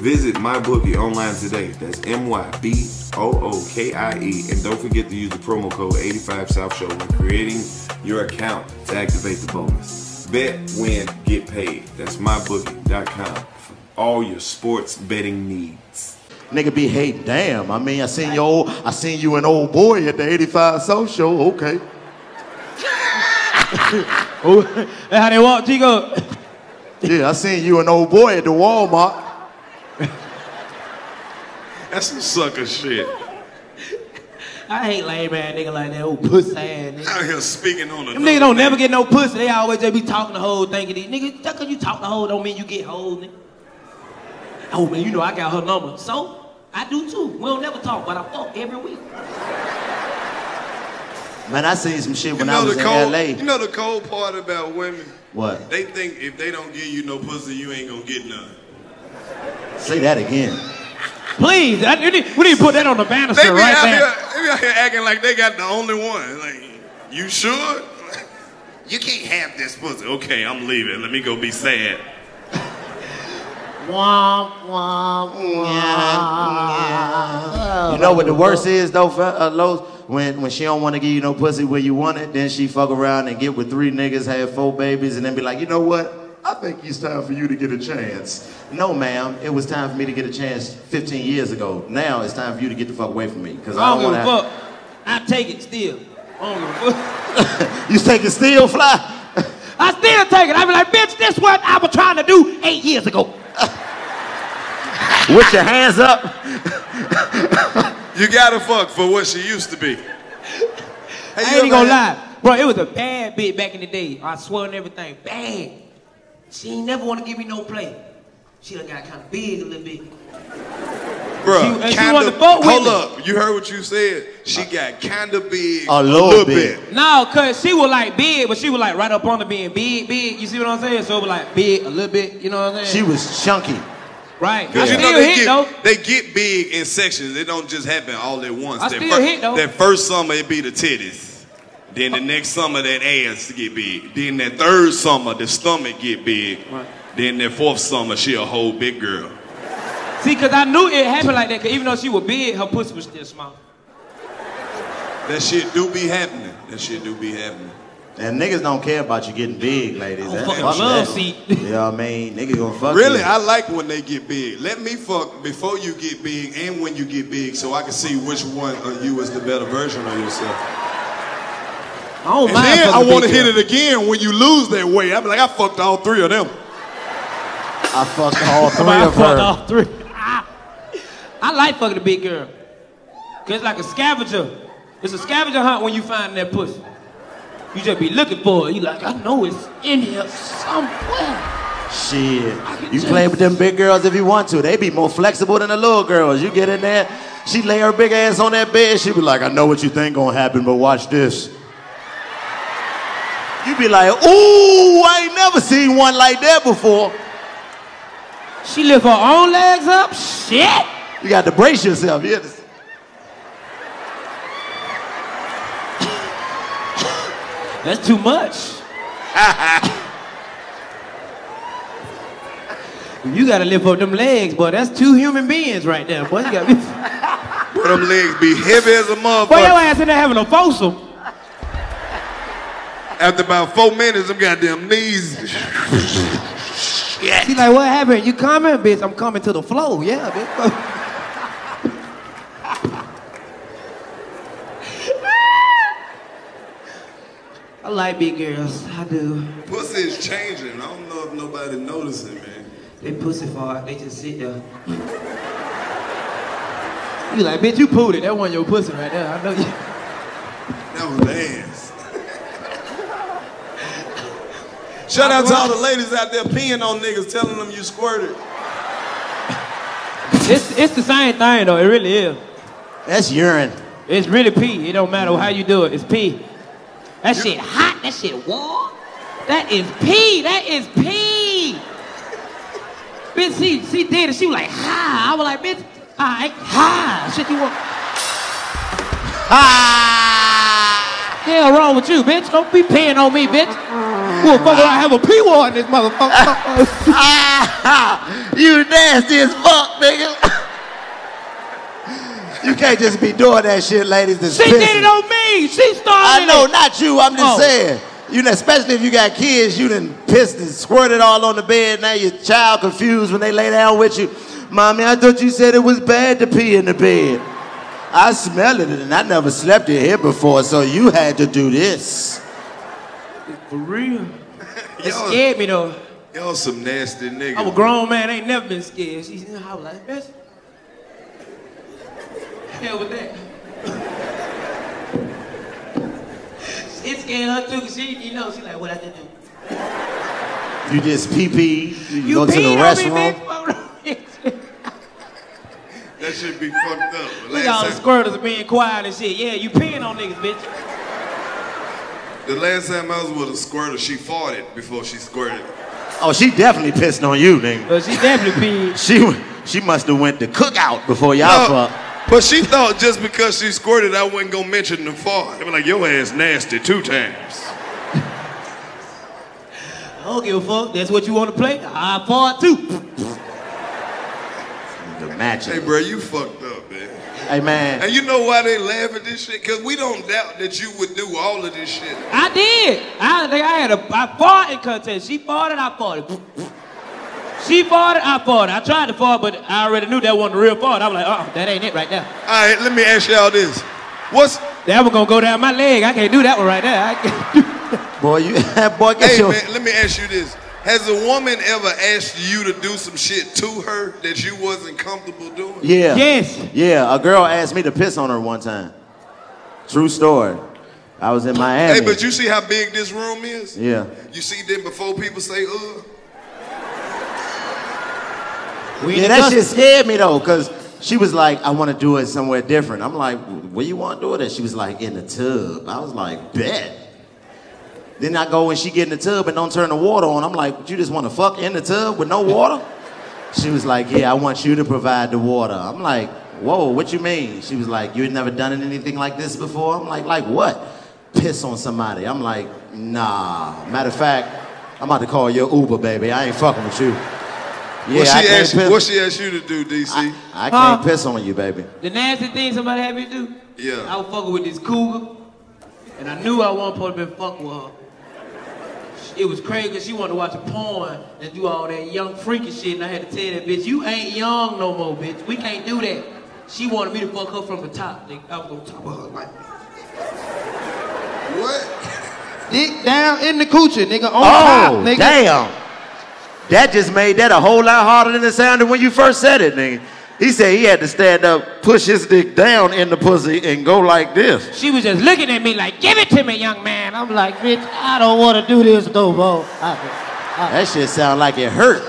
Speaker 1: Visit MyBookie online today. That's M Y B O O K I E. And don't forget to use the promo code 85SouthShow when creating your account to activate the bonus. Bet, win, get paid. That's mybookie.com for all your sports betting needs.
Speaker 4: Nigga be hating. Damn, I mean, I seen you old, I seen you an old boy at the 85 Soul Show. Okay.
Speaker 5: Oh, that's how they walk, Chico.
Speaker 4: yeah, I seen you an old boy at the Walmart.
Speaker 1: That's some sucker shit.
Speaker 5: I hate lame ass nigga like that old pussy ass nigga.
Speaker 1: Out here speaking on the.
Speaker 5: Them niggas don't never get no pussy. They always just be talking the whole thing. Nigga, just 'cause you talk the whole don't mean you get whole, nigga. Oh man, you know I got her number. So I do too. We don't never talk, but I fuck every week.
Speaker 4: Man, I seen some shit
Speaker 1: You
Speaker 4: when I
Speaker 1: know
Speaker 4: was
Speaker 1: the
Speaker 4: in
Speaker 1: cold.
Speaker 4: LA.
Speaker 1: You know the cold part about women.
Speaker 4: What?
Speaker 1: They think if they don't give you no pussy, you ain't gonna get none.
Speaker 4: Say that again.
Speaker 5: Please, I, we, need, we need to put that on the
Speaker 1: They
Speaker 5: banister
Speaker 1: be,
Speaker 5: right
Speaker 1: out
Speaker 5: there.
Speaker 1: here, they be out here acting like they got the only one. Like, you sure? You can't have this pussy. Okay, I'm leaving. Let me go be sad.
Speaker 5: Womp, womp, womp.
Speaker 4: You know what the worst is though, fe- uh, Lowe's? When when she don't want to give you no pussy where you want it, then she fuck around and get with three niggas, have four babies, and then be like, you know what? I think it's time for you to get a chance. No, ma'am, it was time for me to get a chance 15 years ago. Now it's time for you to get the fuck away from me because I
Speaker 5: I
Speaker 4: don't
Speaker 5: don't
Speaker 4: want
Speaker 5: give
Speaker 4: to.
Speaker 5: a fuck. I take it still. I don't give a fuck.
Speaker 4: You taking steel fly?
Speaker 5: I still take it. I be like, bitch, this what I was trying to do eight years ago.
Speaker 4: With your hands up?
Speaker 1: You gotta fuck for what she used to be.
Speaker 5: I ain't even gonna lie, bro. It was a bad bitch back in the day. I swear on everything, bad. She ain't never want to give me no play. She done got kind of big a little bit.
Speaker 1: Bruh,
Speaker 5: and she
Speaker 1: kinda-
Speaker 5: wanted to fuck with
Speaker 1: hold
Speaker 5: me. Uh.
Speaker 1: up. You heard what you said. She got kinda big.
Speaker 4: A little bit.
Speaker 5: No, cause she was like big, but she was like right up on the being big, big. You see what I'm saying? So it was like big a little bit. You know what I'm saying?
Speaker 4: She was chunky.
Speaker 5: Right. I
Speaker 1: Cause you
Speaker 5: still
Speaker 1: know they
Speaker 5: hit
Speaker 1: get,
Speaker 5: though.
Speaker 1: they get big in sections. They don't just happen all at once.
Speaker 5: I
Speaker 1: that,
Speaker 5: still hit, though.
Speaker 1: that first summer it be the titties. Then the next summer that ass get big. Then that third summer the stomach get big. Then that fourth summer she a whole big girl.
Speaker 5: See, cause I knew it happened like that. Cause even though she was big, her pussy was still small.
Speaker 1: That shit do be happening. That shit do be happening.
Speaker 4: And niggas don't care about you getting big, ladies. That-
Speaker 1: fucking
Speaker 4: fuck
Speaker 1: love
Speaker 4: that.
Speaker 1: seat.
Speaker 4: You know what I mean? Niggas gonna fuck
Speaker 1: really,
Speaker 4: you.
Speaker 1: I like when they get big. Let me fuck before you get big and when you get big, so I can see which one of you is the better version of yourself.
Speaker 5: I don't
Speaker 1: and
Speaker 5: mind
Speaker 1: then I
Speaker 5: fucking
Speaker 1: want to
Speaker 5: big
Speaker 1: hit
Speaker 5: girls.
Speaker 1: it again when you lose that weight. I'm like, I fucked all three of them.
Speaker 4: I fucked all three
Speaker 5: I
Speaker 4: of
Speaker 5: fucked
Speaker 4: her.
Speaker 5: all three. Ah. I like fucking a big girl. Cause it's like a scavenger. It's a scavenger hunt when you find that pussy. You just be looking for it. You like, I know it's in here somewhere.
Speaker 4: Shit. You play with them big girls if you want to. They be more flexible than the little girls. You get in there, she lay her big ass on that bed. She be like, I know what you think gonna happen, but watch this. You be like, ooh, I ain't never seen one like that before.
Speaker 5: She lift her own legs up? Shit.
Speaker 4: You got to brace yourself. Yeah.
Speaker 5: That's too much. you gotta lift up them legs, boy. That's two human beings right there, boy. You gotta be.
Speaker 1: Boy, them legs be heavy as a motherfucker.
Speaker 5: Boy, your ass in there having a foursome.
Speaker 1: After about four minutes, them goddamn knees.
Speaker 5: She like, what happened? You coming, bitch? I'm coming to the flow. Yeah, bitch. I like big girls. I do.
Speaker 1: Pussy is changing. I don't know if nobody noticing, man.
Speaker 5: They pussy fart. They just sit there. You like, bitch, you pooted. That one your pussy right there. I know you.
Speaker 1: That was ass. Shout out to all the ladies out there peeing on niggas, telling them you squirted.
Speaker 5: It's it's the same thing though. It really is.
Speaker 4: That's urine.
Speaker 5: It's really pee. It don't matter how you do it. It's pee. That shit hot. That shit warm. That is pee. That is pee. bitch, she she did it. She was like, ha. I was like, bitch, I ha. Shit, you want? Ha. Hell wrong with you, bitch. Don't be peeing on me, bitch. We'll fuck around, have a pee war in this motherfucker.
Speaker 4: you nasty as fuck, nigga. You can't just be doing that shit, ladies. That's
Speaker 5: She did
Speaker 4: pissing.
Speaker 5: it on me. She started.
Speaker 4: I know,
Speaker 5: it.
Speaker 4: not you. I'm just
Speaker 5: Oh.
Speaker 4: saying. You know, especially if you got kids, you done pissed and squirted all on the bed. Now your child confused when they lay down with you. Mommy, I thought you said it was bad to pee in the bed. I smelled it and I never slept in here before, so you had to do this.
Speaker 5: For real. It scared me though.
Speaker 1: Y'all some nasty niggas.
Speaker 5: I'm a grown man. Ain't never been scared. She, I was like, bitch. Hell with that. it scared her too. 'cause She, you know, she like, what I did do.
Speaker 4: You just pee pee, you,
Speaker 5: You
Speaker 4: go to
Speaker 5: peed
Speaker 4: the
Speaker 5: on me,
Speaker 4: restroom.
Speaker 1: That should be fucked up.
Speaker 5: Look at all the
Speaker 1: Last time,
Speaker 5: squirters being quiet and shit. Yeah, you peeing on niggas, bitch.
Speaker 1: the last time I was with a squirter, she farted before she squirted.
Speaker 4: Oh, she definitely pissed on you, nigga.
Speaker 5: she definitely peed.
Speaker 4: she she must have went to cookout before y'all
Speaker 1: No,
Speaker 4: fuck.
Speaker 1: But she thought just because she squirted, I wasn't gonna mention the fart. They were like, your ass nasty two times.
Speaker 5: I don't give a fuck. That's what you want to play. I fart too.
Speaker 1: Hey, bro, you fucked up, man.
Speaker 4: Hey man,
Speaker 1: And you know why they laugh at this shit? Cause we don't doubt that you would do all of this shit.
Speaker 5: I did. I think I had a I farted contest. She farted, I farted. She farted, I farted. I tried to fart, but I already knew that wasn't the real fart. I was like, oh, that ain't it right there. All
Speaker 1: right, let me ask y'all this. What's
Speaker 5: that one gonna go down my leg? I can't do that one right there. I can't.
Speaker 4: Boy, you boy, get
Speaker 1: Hey
Speaker 4: your
Speaker 1: man, let me ask you this. Has a woman ever asked you to do some shit to her that you wasn't comfortable doing?
Speaker 4: Yeah. Yeah, a girl asked me to piss on her one time. True story. I was in Miami.
Speaker 1: Hey, but you see how big this room is?
Speaker 4: Yeah.
Speaker 1: You see them before people say, uh,
Speaker 4: yeah, that shit scared me though, cause she was like, "I want to do it somewhere different." I'm like, "Where you want to do it?" at?" she was like, "In the tub." I was like, "Bet." Then I go and she get in the tub and don't turn the water on. I'm like, "You just want to fuck in the tub with no water?" She was like, "Yeah, I want you to provide the water." I'm like, "Whoa, what you mean?" She was like, "You never done anything like this before." I'm like, "Like what?" Piss on somebody. I'm like, "Nah." Matter of fact, I'm about to call your Uber, baby. I ain't fucking with you. Yeah,
Speaker 1: what,
Speaker 4: I
Speaker 1: she
Speaker 4: can't
Speaker 1: asked,
Speaker 4: piss-
Speaker 1: what she asked you to do, DC?
Speaker 4: I
Speaker 5: Huh?
Speaker 4: can't piss on you, baby.
Speaker 5: The nasty thing somebody had me do.
Speaker 1: Yeah.
Speaker 5: I was fucking with this cougar, and I knew I wasn't supposed to be fucking with her. It was crazy because she wanted to watch a porn and do all that young freaky shit, and I had to tell that bitch, you ain't young no more, bitch. We can't do that. She wanted me to fuck her from the top. Nigga. I was on top of her like.
Speaker 1: What?
Speaker 5: Dick down in the coochie, nigga. On
Speaker 4: Oh, damn. That just made that a whole lot harder than it sounded when you first said it, nigga. He said he had to stand up, push his dick down in the pussy, and go like this.
Speaker 5: She was just looking at me like, give it to me, young man. I'm like, bitch, I don't want to do this, though, bro. I,
Speaker 4: That shit sound like it hurt.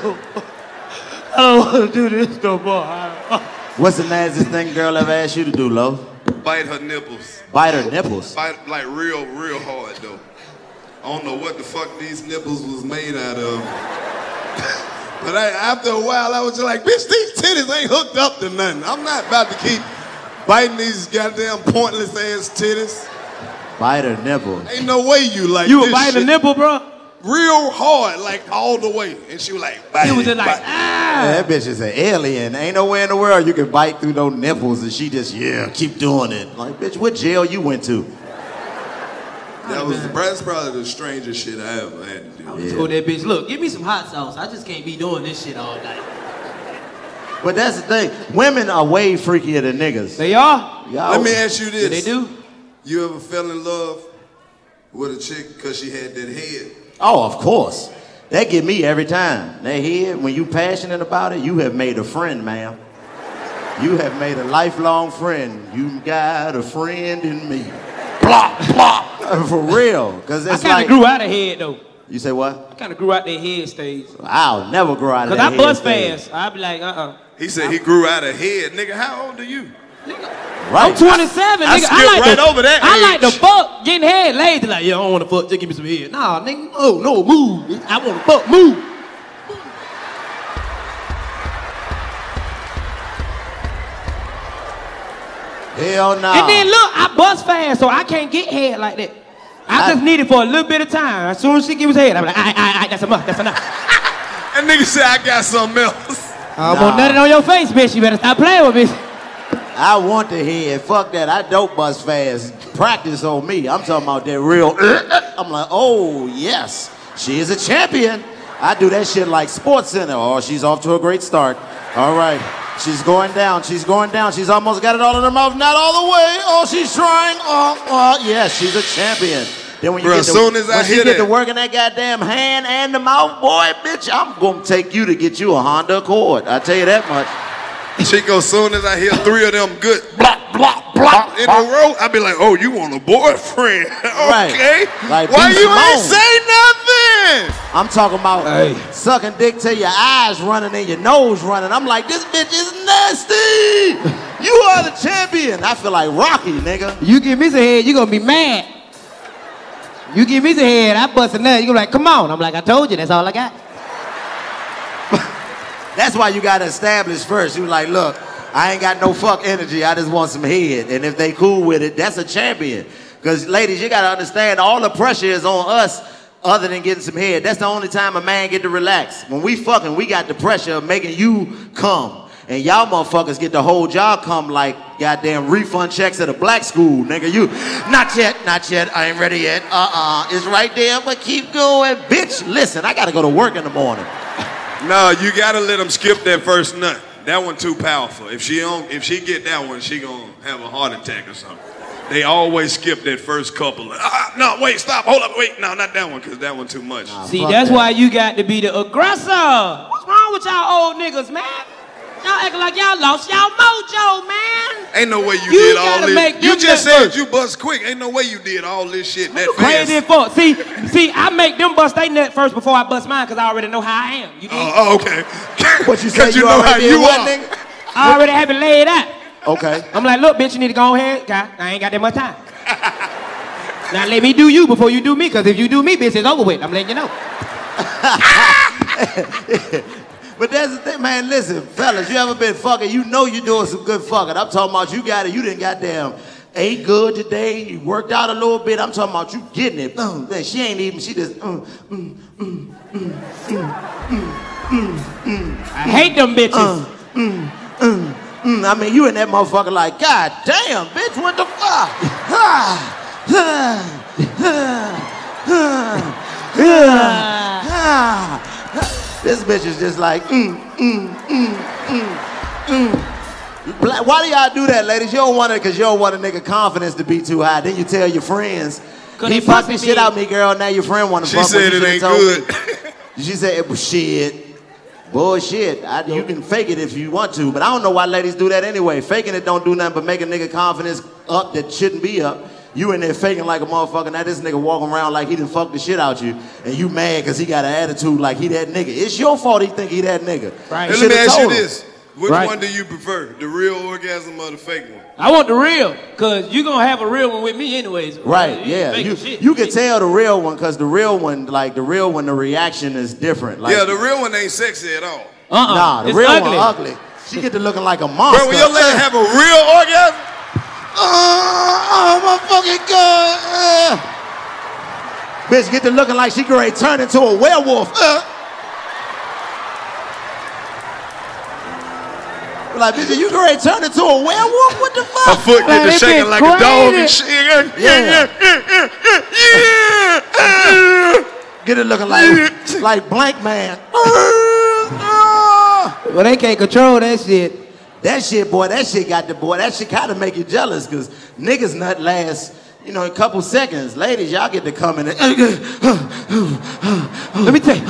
Speaker 5: I don't want to do this no more. I-
Speaker 4: What's the nastiest thing girl ever asked you to do, Lo?
Speaker 1: Bite her nipples.
Speaker 4: Bite her nipples.
Speaker 1: Bite like real, real hard though. I don't know what the fuck these nipples was made out of. but I, after a while, I was just like, bitch, these titties ain't hooked up to nothing. I'm not about to keep biting these goddamn pointless ass titties.
Speaker 4: Bite a nipple.
Speaker 1: Ain't no way you like
Speaker 4: You would
Speaker 1: this
Speaker 4: bite a
Speaker 1: shit.
Speaker 4: nipple, bro?
Speaker 1: Real hard, like all the way. And she was like, bite it, bite it.
Speaker 4: Yeah, that bitch is an alien. Ain't nowhere in the world you can bite through no nipples, and she just yeah, keep doing it. Like, bitch, what jail you went to?
Speaker 1: That
Speaker 4: "Oh,
Speaker 1: was that's probably the strangest shit I ever had to do.
Speaker 5: I told that bitch, look, give me some hot sauce. I just can't be doing this shit all night.
Speaker 4: But that's the thing. Women are way freakier than niggas. They are.
Speaker 1: Let
Speaker 5: Oh.
Speaker 1: me ask you this.
Speaker 4: They do.
Speaker 1: You ever fell in love with a chick because she had that head?
Speaker 4: Oh, of course. That get me every time. That head, when you passionate about it, you have made a friend, ma'am. You have made a lifelong friend. You got a friend in me. Plop, plop. For real, because
Speaker 5: I
Speaker 4: it's
Speaker 5: kind
Speaker 4: like
Speaker 5: of grew out of head though.
Speaker 4: You say what?
Speaker 5: I kind of grew out that head stage.
Speaker 4: I'll never grow out of
Speaker 5: Cause
Speaker 4: that
Speaker 5: I bust
Speaker 4: head
Speaker 5: fast. I'd be like, uh uh
Speaker 1: He said he grew out of head. Nigga, how old are you?
Speaker 5: I'm 27,
Speaker 1: I- I
Speaker 5: nigga.
Speaker 1: skipped
Speaker 5: like
Speaker 1: right
Speaker 5: the,
Speaker 1: over that
Speaker 5: I
Speaker 1: age.
Speaker 5: like the fuck getting head lazy. Like, yo, I don't want to fuck. Just give me some head. Nah, nigga. Oh no, move. I want to fuck. Move.
Speaker 4: Hell no.
Speaker 5: And then look, I bust fast, so I can't get head like that. I, just need it for a little bit of time. As soon as she gives head, I'm like, all right, all right, all right, that's enough, that's enough.
Speaker 1: That nigga said I got something else.
Speaker 5: I don't want nothing on your face, bitch. You better stop playing with me.
Speaker 4: I want the head. Fuck that. I dope bust fast. Practice on me. I'm talking about that real. I'm like, oh yes, she is a champion. I do that shit like Sports Center. Oh, she's off to a great start. All right, she's going down. She's going down. She's almost got it all in her mouth. Not all the way. Oh, she's trying. Oh, oh yes, she's a champion. Then when you
Speaker 1: Bruh,
Speaker 4: get
Speaker 1: as
Speaker 4: to,
Speaker 1: soon as I
Speaker 4: when she
Speaker 1: hear
Speaker 4: get
Speaker 1: that-
Speaker 4: to working that goddamn hand and the mouth, boy, bitch, I'm gonna take you to get you a Honda Accord. I tell you that much.
Speaker 1: Chico, soon as I hear three of them good block, block, block in a row, I be like, oh, you want a boyfriend. okay.
Speaker 4: Like,
Speaker 1: Why
Speaker 4: be
Speaker 1: you
Speaker 4: Simone.
Speaker 1: ain't say nothing?
Speaker 4: I'm talking about sucking dick till your eyes running and your nose running. I'm like, this bitch is nasty. You are the champion. I feel like Rocky, nigga.
Speaker 5: You give me some head, you gonna be mad. You give me some head, I bust a nut. You gonna be like, come on. I'm like, I told you, that's all I got.
Speaker 4: That's why you gotta establish first. You like, look, I ain't got no fuck energy. I just want some head. And if they cool with it, that's a champion. Cause ladies, you gotta understand all the pressure is on us other than getting some head. That's the only time a man get to relax. When we fucking, we got the pressure of making you come. And y'all motherfuckers get the whole job come like goddamn refund checks at a black school, nigga. You not yet, not yet, I ain't ready yet. Uh-uh. It's right there, but keep going. Bitch, listen, I gotta go to work in the morning.
Speaker 1: No, you gotta let them skip that first nut. That one too powerful. If she don't, if she get that one, she gonna have a heart attack or something. They always skip that first couple. Ah, no, wait, stop, hold up, wait, no, not that one, cause that one too much.
Speaker 5: See, that's why you got to be the aggressor. What's wrong with y'all old niggas, man? Y'all acting like y'all lost y'all mojo, man.
Speaker 1: Ain't no way you,
Speaker 5: You
Speaker 1: did all
Speaker 5: gotta
Speaker 1: this.
Speaker 5: make
Speaker 1: you
Speaker 5: them
Speaker 1: just
Speaker 5: that
Speaker 1: said
Speaker 5: first.
Speaker 1: you bust quick. Ain't no way you did all this shit that fast.
Speaker 5: Crazy as fuck. See, see, I make them bust they nut first before I bust mine because I already know how I am. You
Speaker 1: Oh, oh, okay.
Speaker 4: What you
Speaker 5: 'Cause
Speaker 4: say?
Speaker 5: you know
Speaker 4: already
Speaker 5: how
Speaker 4: did
Speaker 5: you
Speaker 4: what,
Speaker 5: are.
Speaker 4: nigga?
Speaker 5: I already have it laid out.
Speaker 4: Okay.
Speaker 5: I'm like, look, bitch, you need to go ahead. God, I ain't got that much time. now let me do you before you do me, because if you do me, bitch, it's over with. I'm letting you know.
Speaker 4: But that's the thing, man. Listen, fellas, you ever been fucking? You know you're doing some good fucking. I'm talking about you got it. You didn't goddamn ate good today. You worked out a little bit. I'm talking about you getting it. Mm, man, she ain't even. She just. Mm, mm, mm, mm, mm, mm, mm, mm,
Speaker 5: I hate them bitches.
Speaker 4: Uh, mm, mm, mm. I mean, you and that motherfucker like, God damn, bitch, what the fuck? Ah, ah, ah, ah, ah, ah. this bitch is just like, mm, mm, mm, mm, mm. Black- Why do y'all do that, ladies? You don't want it because you don't want a nigga confidence to be too high. Then you tell your friends, he fucked the shit out me, girl. Now your friend want to
Speaker 1: She
Speaker 4: fuck
Speaker 1: said
Speaker 4: with
Speaker 1: it
Speaker 4: you.
Speaker 1: ain't
Speaker 4: should've told
Speaker 1: good.
Speaker 4: me. She said, it was shit. Bullshit. I, you can fake it if you want to, but I don't know why ladies do that anyway. Faking it don't do nothing but make a nigga confidence up that shouldn't be up. You in there faking like a motherfucker. Now this nigga walking around like he done fucked the shit out you, and you mad because he got an attitude like he that nigga. It's your fault he think he that nigga.
Speaker 1: Hey, let me
Speaker 4: Should've
Speaker 1: ask you
Speaker 4: told him.
Speaker 1: this: Which
Speaker 4: Right.
Speaker 1: one do you prefer, the real orgasm or the fake one?
Speaker 5: I want the real, because you going to have a real one with me anyways.
Speaker 4: Right, yeah. You, you can tell the real one because the real one, like the real one, the reaction is different. Like,
Speaker 1: yeah, the real one ain't sexy at all.
Speaker 5: Uh-uh.
Speaker 4: Nah, the real one ugly. She get to looking like a monster.
Speaker 1: Bro, when your lady have a real orgasm,
Speaker 4: oh my fucking god. Uh. Bitch, get to looking like she great. Turn into a werewolf. Uh. Like, bitch, you great. Turn into a werewolf? What the fuck?
Speaker 11: Her foot get to shaking like a dog and shit.
Speaker 4: Yeah. Get it looking like like blank man. well, they can't control that shit. That shit, boy, that shit got the boy. That shit kind of make you jealous, cause niggas nut last, you know, a couple seconds. Ladies, y'all get to come in. And, Let me tell you.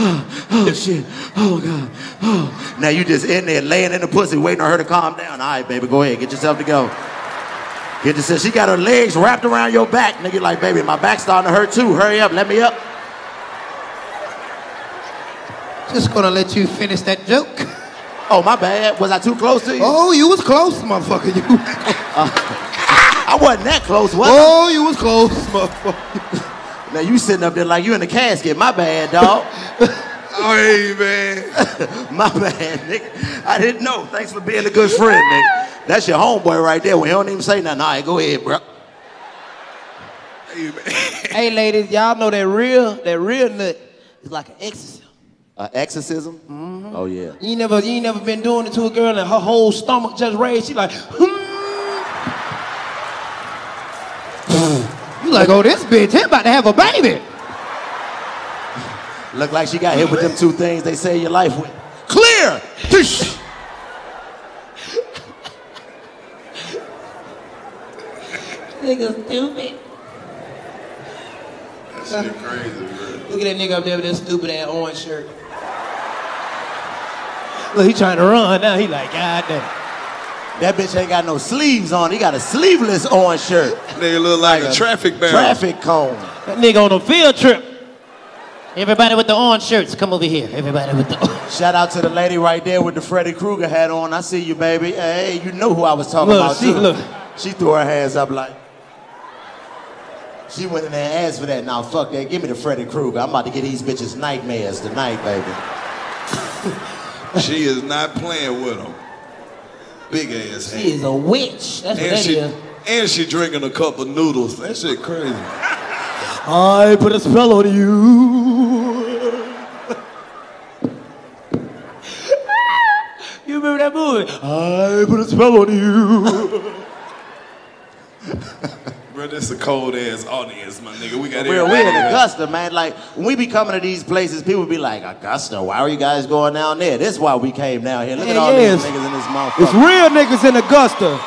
Speaker 4: Oh shit. Oh god. Oh. Now you just in there laying in the pussy, waiting on her to calm down. All right, baby, go ahead, get yourself to go. Get yourself. She got her legs wrapped around your back, nigga. Like, baby, my back's starting to hurt too. Hurry up, let me up.
Speaker 5: Just gonna let you finish that joke.
Speaker 4: Oh, my bad. Was I too close to you?
Speaker 5: Oh, you was close, motherfucker. You.
Speaker 4: I wasn't that close, was
Speaker 5: Oh, you was close, motherfucker.
Speaker 4: I? Now you sitting up there like you in a casket. My bad, dog.
Speaker 5: Oh,
Speaker 4: hey man. my bad, nigga. I didn't know. Thanks for being a good friend, nigga. That's your homeboy right there. When he don't even say nothing. All right, go ahead, bro.
Speaker 5: hey, ladies, y'all know that real, that real nut is like an exorcism. Mm-hmm.
Speaker 4: Uh, exorcism. Oh yeah.
Speaker 5: You ain't never, you ain't never been doing it to a girl, and her whole stomach just raised. She like, hmm. you like, oh, this bitch, he about to have a baby.
Speaker 4: Look like she got hit with them two things they say your life with. Clear! Tush!
Speaker 5: Nigga stupid.
Speaker 1: That shit crazy, man.
Speaker 5: Look at that nigga up there with that stupid ass orange shirt. Look, he trying to run now. He like, God damn.
Speaker 4: That bitch ain't got no sleeves on. He got a sleeveless orange shirt.
Speaker 1: Nigga look like a traffic barrel.
Speaker 4: Traffic cone.
Speaker 5: That nigga on a field trip. Everybody with the orange shirts, come over here. Everybody with the orange.
Speaker 4: Shout out to the lady right there with the Freddy Krueger hat on. I see you, baby. Hey, you know who I was talking
Speaker 5: Look,
Speaker 4: about
Speaker 5: she-
Speaker 4: too.
Speaker 5: look.
Speaker 4: She threw her hands up like. She went in there and asked for that. Now fuck that. Give me the Freddy Krueger. I'm about to get these bitches nightmares tonight, baby.
Speaker 1: She is not playing with him. Big ass hand.
Speaker 5: She is a witch. That's what
Speaker 1: and
Speaker 5: that
Speaker 1: she,
Speaker 5: is.
Speaker 1: And she drinking a cup of noodles. That shit crazy.
Speaker 5: I put a spell on you. you remember that movie? I put a spell on you.
Speaker 1: Bro, that's a cold ass audience, my nigga. We got
Speaker 4: We're,
Speaker 1: everybody
Speaker 4: we're in
Speaker 1: here.
Speaker 4: Augusta, man. Like, when we be coming to these places, people be like, Augusta, why are you guys going down there? This is why we came down here. Look at
Speaker 5: Yeah,
Speaker 4: all
Speaker 5: yes.
Speaker 4: these niggas in this motherfucker.
Speaker 5: It's real niggas in Augusta.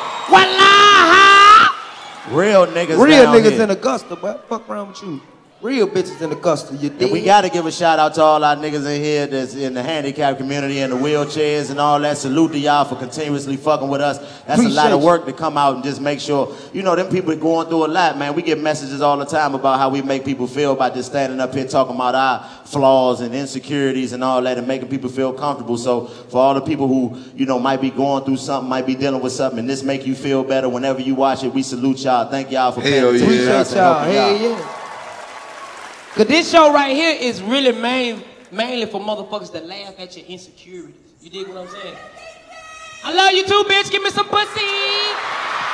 Speaker 4: Real niggas.
Speaker 5: real
Speaker 4: down
Speaker 5: niggas
Speaker 4: here.
Speaker 5: in Augusta. What fuck around with you? Real bitches in Augusta. You
Speaker 4: And we
Speaker 5: dig?
Speaker 4: gotta give a shout out to all our niggas in here that's in the handicapped community and the wheelchairs and all that. Salute to y'all for continuously fucking with us. That's a lot
Speaker 5: Appreciate
Speaker 4: of
Speaker 5: you.
Speaker 4: work to come out and just make sure. You know, them people going through a lot, man. We get messages all the time about how we make people feel by just standing up here talking about our flaws and insecurities and all that and making people feel comfortable. So for all the people who, you know, might be going through something, might be dealing with something, and this make you feel better whenever you watch it, we salute y'all. Thank y'all for paying
Speaker 1: Hell yeah.
Speaker 4: attention to us
Speaker 5: Appreciate
Speaker 4: and oh, helping
Speaker 5: y'all. Hell yeah. Cause this show right here is really main, mainly for motherfuckers that laugh at your insecurities. You dig what I'm saying? I love you too, bitch. Give me some pussy.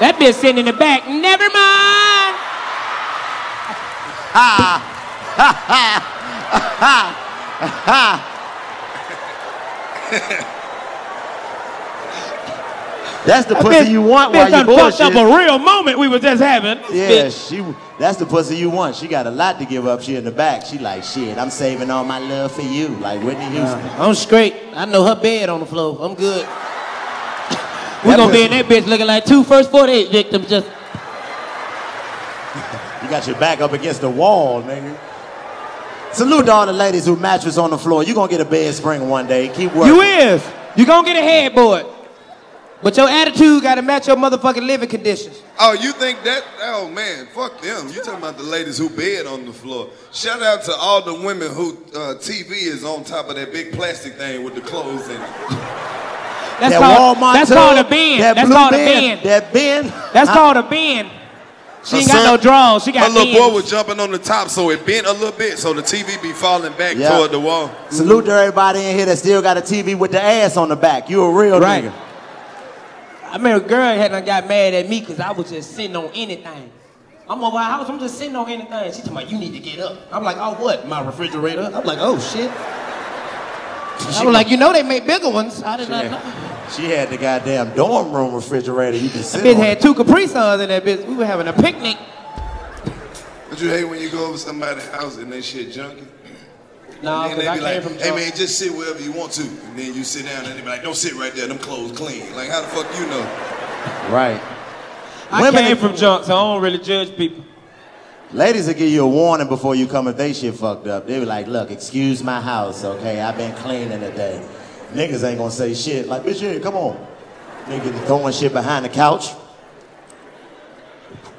Speaker 5: That bitch sitting in the back. Never mind.
Speaker 4: That's the
Speaker 5: That
Speaker 4: pussy
Speaker 5: bitch-
Speaker 4: you want while
Speaker 5: bitch
Speaker 4: you
Speaker 5: done fucked
Speaker 4: bullshit.
Speaker 5: up a real moment we were just having.
Speaker 4: Yeah, she. That's the pussy you want. She got a lot to give up. She in the back. She like shit. I'm saving all my love for you, like Whitney Houston.
Speaker 5: I'm straight. I know her bed on the floor. I'm good. we gonna be in that bitch looking like two first 48 victims just
Speaker 4: You got your back up against the wall, nigga. Salute to all the ladies who mattress on the floor. You gonna get a bed spring one day. Keep working.
Speaker 5: You is. You gonna get a headboard. But your attitude gotta match your motherfucking living conditions.
Speaker 1: Oh, you think that? Oh man, fuck them. You talking about the ladies who bed on the floor? Shout out to all the women who uh, TV is on top of that big plastic thing with the clothes in it.
Speaker 5: That's
Speaker 1: That
Speaker 5: called
Speaker 1: Walmart
Speaker 5: that's
Speaker 1: tub,
Speaker 5: called a bend.
Speaker 1: that
Speaker 5: that's
Speaker 1: blue
Speaker 5: called
Speaker 1: bend,
Speaker 5: a bend. That
Speaker 4: bend.
Speaker 5: That's
Speaker 1: I-
Speaker 5: called a bend. She
Speaker 1: Her
Speaker 5: ain't got
Speaker 1: son-
Speaker 5: no draws. She got
Speaker 1: Her little boy
Speaker 5: bends.
Speaker 1: was jumping on the top, so it bent a little bit, so the TV be falling back
Speaker 4: Yeah.
Speaker 1: toward the wall.
Speaker 4: Salute to everybody in here that still got a TV with the ass on the back. You a real nigga.
Speaker 5: I remember a girl had done got mad at me because I was just sitting on anything. I'm over her house, I'm just sitting on anything. She talking about, you need to get up. I'm like, oh, what? My refrigerator? I'm like, oh, shit. I was like, you know they make bigger ones. I did not know.
Speaker 4: She had the goddamn dorm room refrigerator. You can sit
Speaker 5: Bitch
Speaker 4: on.
Speaker 5: had two Capri Suns in that bitch. We were having a picnic.
Speaker 1: But you hate when you go over somebody's house and they shit junky?
Speaker 5: No,
Speaker 1: And then
Speaker 5: 'cause
Speaker 1: they
Speaker 5: I
Speaker 1: be
Speaker 5: came
Speaker 1: like,
Speaker 5: from
Speaker 1: hey
Speaker 5: junk.
Speaker 1: man, just sit wherever you want to. And then you sit down and they be like, don't sit right there, them clothes clean. Like, how the fuck you know?
Speaker 4: Right.
Speaker 5: I came from junk, so I don't really judge people.
Speaker 4: Ladies will give you a warning before you come if they shit fucked up. They be like, look, excuse my house, okay? I've been cleaning today. Niggas ain't gonna say shit. Like, bitch, yeah, come on. Niggas throwing shit behind the couch.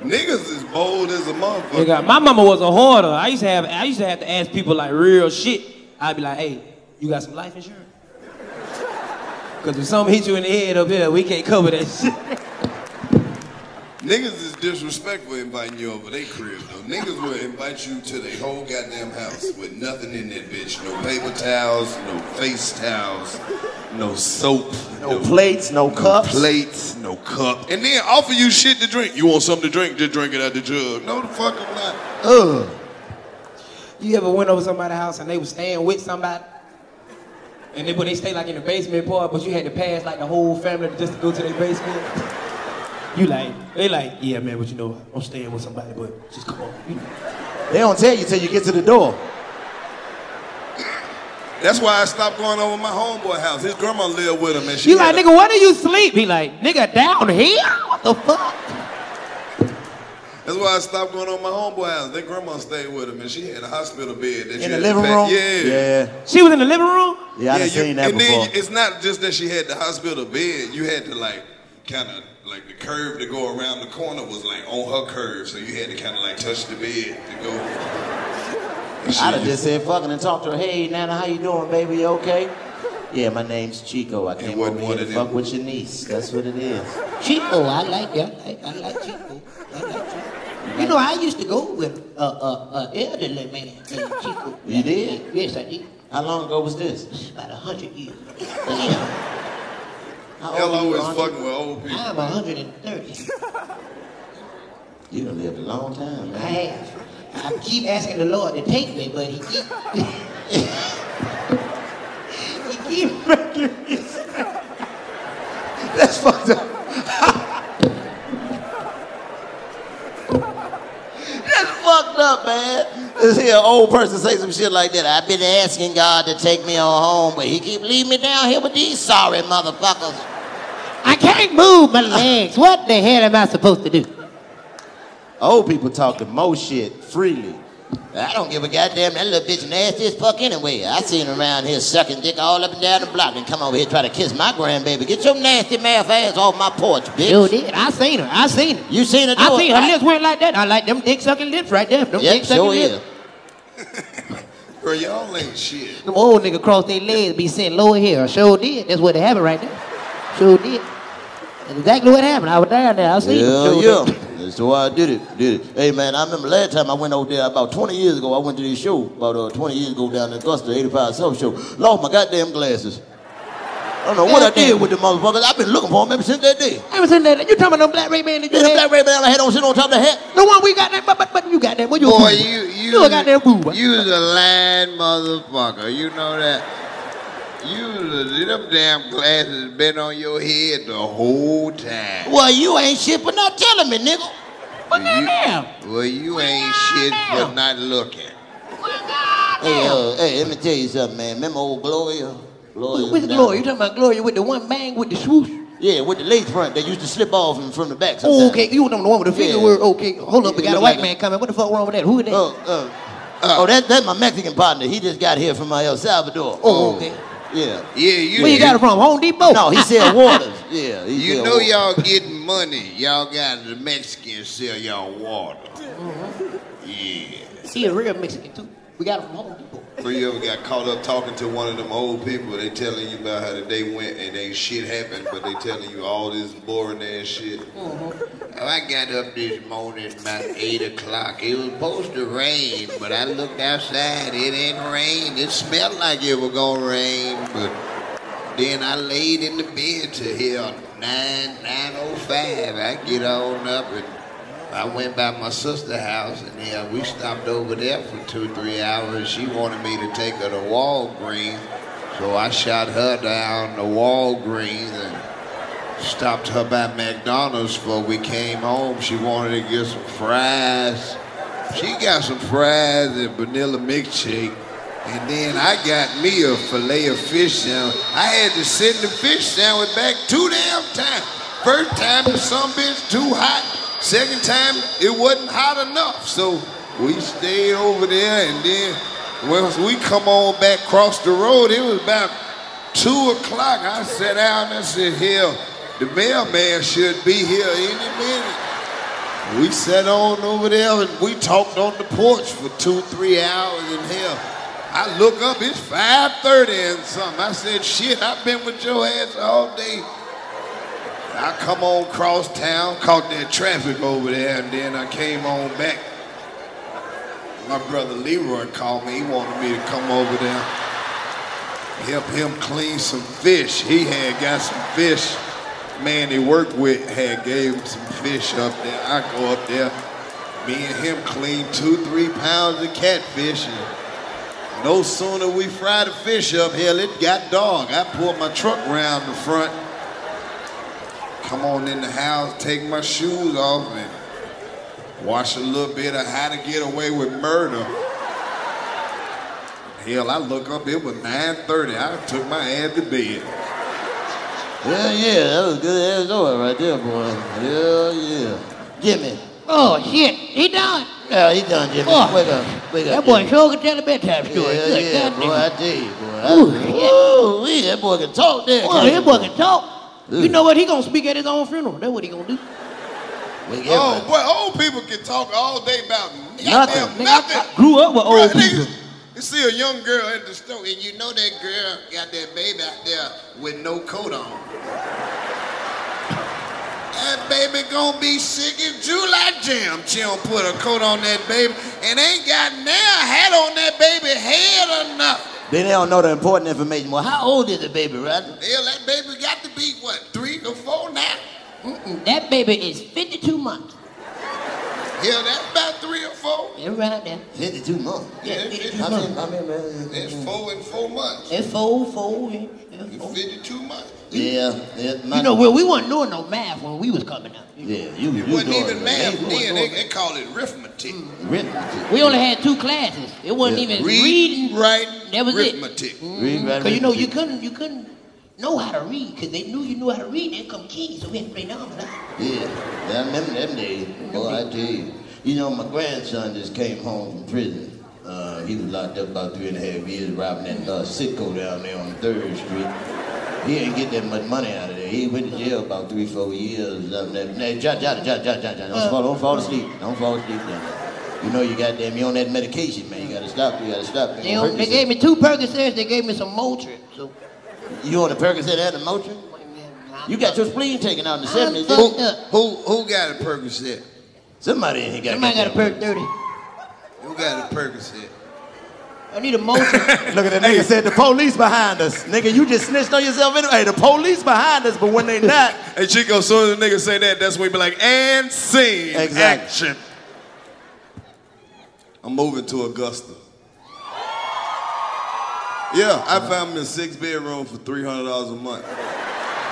Speaker 1: Niggas is bold as a motherfucker.
Speaker 5: Nigga, my mama was a hoarder. I used to have I used to have to ask people like real shit. I'd be like, hey, you got some life insurance? Cause if something hit you in the head up here, we can't cover that shit.
Speaker 1: Niggas is disrespectful inviting you over they crib though. Niggas will invite you to their whole goddamn house with nothing in that bitch. No paper towels, no face towels, no soap, no,
Speaker 4: plates, no, cups.
Speaker 1: Plates, no cup. And then offer you shit to drink. You want something to drink, just drink it out the jug. No the fuck I'm not.
Speaker 4: Ugh.
Speaker 5: You ever went over somebody's house and they was staying with somebody? And they, but they stay like in the basement part, but you had to pass like the whole family just to go to their basement. You like, they like, yeah, man, but you know, I'm staying with somebody, but just come on. You know.
Speaker 4: They don't tell you till you get to the door.
Speaker 1: That's why I stopped going over my homeboy house. His grandma lived with him and she
Speaker 5: You
Speaker 1: had
Speaker 5: like, nigga, where do you sleep? He like, nigga, down here? What the fuck?
Speaker 1: That's why I stopped going on my homeboy house. Their grandma stayed with him, and she had a hospital bed. That she
Speaker 4: In the
Speaker 1: had
Speaker 4: living room?
Speaker 1: back- Yeah.
Speaker 4: Yeah.
Speaker 5: She was in the living room?
Speaker 4: Yeah, I done
Speaker 1: you-
Speaker 4: seen that
Speaker 1: and
Speaker 4: before.
Speaker 1: then it's not just that she had the hospital bed. You had to like kind of like the curve to go around the corner was like on her curve, so you had to kind of like touch the bed to go.
Speaker 4: I'd have just said fucking and talked to her. Hey, Nana, how you doing, baby? You okay? Yeah, my name's Chico. I came over here to fuck with your niece. That's what it is.
Speaker 2: Chico, I like you. I like, I like Chico. I like Chico. You know, I used to go with a uh, uh, uh, elderly man named Chico.
Speaker 4: You did?
Speaker 2: Yes, I did.
Speaker 4: How long ago was this?
Speaker 2: About a hundred years.
Speaker 1: Hell, always fucking with old people.
Speaker 2: I'm a hundred and thirty.
Speaker 4: You done lived a long time,
Speaker 2: I
Speaker 4: man.
Speaker 2: have. I keep asking the Lord to take me, but he keep he keep making me.
Speaker 4: That's fucked up. That's fucked up, man. This here old person say some shit like that. I've been asking God to take me on home, but he keep leaving me down here with these sorry motherfuckers.
Speaker 2: I can't move my legs. What the hell am I supposed to do?
Speaker 4: Old people talking mo shit freely.
Speaker 2: I don't give a goddamn. That little bitch nasty as fuck anyway. I seen her around here sucking dick all up and down the block and come over here try to kiss my grandbaby. Get your nasty mouth ass off my porch, bitch. You did. I seen her. I seen her. You seen her?
Speaker 4: do
Speaker 2: I seen
Speaker 4: it,
Speaker 2: her
Speaker 4: right?
Speaker 2: lips went like that. I like them dick sucking lips right there. Them
Speaker 4: Yep,
Speaker 2: dick sucking
Speaker 4: sure
Speaker 2: lips.
Speaker 4: is.
Speaker 1: Bro, y'all ain't shit.
Speaker 2: Them old nigga cross their legs, be sitting lower here. Sure did. That's what happened right there. Sure did. That's exactly what happened. I was down there. I seen it.
Speaker 4: Yeah,
Speaker 2: Sure
Speaker 4: yeah.
Speaker 2: did.
Speaker 4: That's the way I did it. Did it. Hey man, I remember last time I went over there about 20 years ago. I went to this show about uh, 20 years ago down in Augusta, 85 South Show. Lost my goddamn glasses. I don't know what I did with the motherfuckers. I've been looking for them ever since that day.
Speaker 2: I was in there. You talking about them black Ray Man that you
Speaker 4: Yeah, the
Speaker 2: had?
Speaker 4: black Ray Man I had on sitting on top of the hat.
Speaker 2: The one we got that, but, but, but you got that. What you
Speaker 4: Boy,
Speaker 2: a boob.
Speaker 4: you- you-
Speaker 2: a goddamn boob.
Speaker 4: you
Speaker 1: the land motherfucker. You know that. You them damn glasses been on your head the whole time.
Speaker 2: Well, you ain't shit for not telling me, nigga. But goddamn.
Speaker 1: Well, you ain't shit for not looking. Oh,
Speaker 4: Hey, uh, hey, let me tell you something, man. Remember old Gloria? Gloria.
Speaker 2: With Gloria, you talking about Gloria with the one bang with the swoosh?
Speaker 4: Yeah, with the lace front that used to slip off and from the back.
Speaker 2: Oh,
Speaker 4: Sometimes.
Speaker 2: okay, you know the one with the finger
Speaker 4: Yeah.
Speaker 2: word. Okay, hold up, we
Speaker 4: Yeah,
Speaker 2: got a
Speaker 4: look
Speaker 2: white
Speaker 4: like
Speaker 2: man coming. What the fuck wrong with that? Who is that?
Speaker 4: Oh, uh, oh, that, that's my Mexican partner. He just got here from uh, El Salvador.
Speaker 2: Oh, okay.
Speaker 4: Yeah.
Speaker 1: Yeah, you.
Speaker 2: Where you got it from? Home Depot?
Speaker 4: No, he said Waters. Yeah. He
Speaker 1: You
Speaker 4: said oh.
Speaker 1: know
Speaker 4: Waters.
Speaker 1: y'all getting money. Y'all got the Mexicans sell y'all water.
Speaker 4: Mm-hmm.
Speaker 1: Yeah.
Speaker 2: He a real Mexican too. We got him from Home Depot.
Speaker 1: Or you ever got caught up talking to one of them old people? They telling you about how the day went and ain't shit happened, but they telling you all this boring ass shit.
Speaker 9: Oh, I got up this morning about 8 o'clock. It was supposed to rain, but I looked outside. It ain't rain. It smelled like it was going to rain, but then I laid in the bed to hear nine nine oh five. I get on up and I went by my sister's house and yeah, we stopped over there for two three hours. She wanted me to take her to Walgreens, so I shot her down to Walgreens and stopped her by McDonald's before we came home. She wanted to get some fries. She got some fries and vanilla milkshake. And then I got me a filet of fish sandwich. I had to send the fish sandwich back two damn times. First time the some bitch too hot. Second time it wasn't hot enough. So we stayed over there and then once we come on back across the road, it was about two o'clock. I sat down and said, Hell, the mailman should be here any minute. We sat on over there and we talked on the porch for two, three hours in hell. I look up, it's 5.30 and something. I said, shit, I've been with your ass all day. I come on cross town, caught that traffic over there, and then I came on back. My brother Leroy called me. He wanted me to come over there, help him clean some fish. He had got some fish man he worked with had gave him some fish up there. I go up there, me and him clean two, three pounds of catfish. And no sooner we fry the fish up, hell, it got dog. I pulled my truck round the front, come on in the house, take my shoes off, and watch a little bit of how to get away with murder. Hell, I look up, it was 9.30. I took my ass to bed.
Speaker 4: Yeah, yeah, that was good ass oil right there, boy. Yeah, yeah. Jimmy. Oh, shit. He done. Yeah, he done, Jimmy.
Speaker 12: Oh.
Speaker 4: Wake up. Wake up.
Speaker 12: That boy
Speaker 4: Jimmy.
Speaker 12: sure can tell a bedtime story.
Speaker 4: Yeah,
Speaker 12: Good
Speaker 4: yeah,
Speaker 12: God,
Speaker 4: boy, I
Speaker 12: Jimmy.
Speaker 4: tell you, boy. I- Ooh, wee, that boy can talk there.
Speaker 12: Well, that boy can talk. You
Speaker 4: Ugh.
Speaker 12: know what? He gonna speak at his own funeral. That's what he gonna do.
Speaker 4: Wake
Speaker 9: Oh, boy, old people can talk all day about
Speaker 12: Nothing.
Speaker 9: goddamn nothing.
Speaker 12: Grew up with old people.
Speaker 9: You see a young girl at the store, and you know that girl got that baby out there with no coat on. That baby gonna be sick in July jam. She don't put a coat on that baby, and ain't got now hat on that baby head or nothing.
Speaker 4: Then they don't know the important information. Well, how old is the baby, Roger?
Speaker 9: Hell, that baby got to be what three or four now.
Speaker 12: Mm-mm, that baby is 52 months.
Speaker 9: Hell, that's about three or four.
Speaker 12: It's right there.
Speaker 4: 52 months.
Speaker 9: Yeah, it's,
Speaker 4: I mean, I mean,
Speaker 9: it's four and four months.
Speaker 12: It's four, four. yeah, yeah, four.
Speaker 9: Fifty-two months.
Speaker 4: Yeah, yeah. my-
Speaker 12: You know, well, we weren't doing no math when we was coming up.
Speaker 4: Yeah, you, you
Speaker 9: It wasn't
Speaker 4: doing
Speaker 9: even
Speaker 4: it.
Speaker 9: math
Speaker 4: You
Speaker 9: then. They,
Speaker 4: doing
Speaker 9: they call it arithmetic.
Speaker 4: Mm-hmm. Arithmetic.
Speaker 12: We only had two classes. It wasn't
Speaker 4: Yeah.
Speaker 12: even
Speaker 4: Read,
Speaker 12: reading.
Speaker 9: Right.
Speaker 12: That was it.
Speaker 9: arithmetic.
Speaker 4: Read, write,
Speaker 12: Mm-hmm. Cause you know you
Speaker 4: arithmetic.
Speaker 12: couldn't you couldn't know how to read because they knew you knew how to read. They come keys, so we had to play numbers.
Speaker 4: Yeah, I remember them days. Boy, I tell you. You know, my grandson just came home from prison. Uh, he was locked up about three and a half years robbing that uh, Sitco down there on 3rd Street. He didn't get that much money out of there. He went to jail about three, four years. or something. Hey, John, John, John, John, John, John,
Speaker 12: Uh.
Speaker 4: don't, fall, don't fall asleep. Don't fall asleep down there. You know, you goddamn, you on that medication, man. You gotta stop. You gotta stop.
Speaker 12: They, don't- they gave me two Percocets. They gave me some Motrin. So
Speaker 4: You on the Percocet and the Motrin? You got your spleen taken out in the
Speaker 12: I'm
Speaker 4: 70s.
Speaker 12: fucked
Speaker 4: didn't you?
Speaker 12: up.
Speaker 9: Who who got a Percocet?
Speaker 4: Somebody in here got
Speaker 12: somebody got a
Speaker 4: goddamn-
Speaker 12: Perc thirty.
Speaker 9: Who got a Percocet?
Speaker 12: I need a Motrin.
Speaker 4: Look at that nigga said the police behind us. Nigga, you just snitched on yourself anyway. Hey, the police behind us, but when they not.
Speaker 13: Hey Chico, as soon as the nigga say that, that's when he be like, and scene action.
Speaker 4: I'm moving to Augusta.
Speaker 13: Yeah,
Speaker 4: Uh-huh.
Speaker 13: I found me a six bedroom for three hundred dollars a month.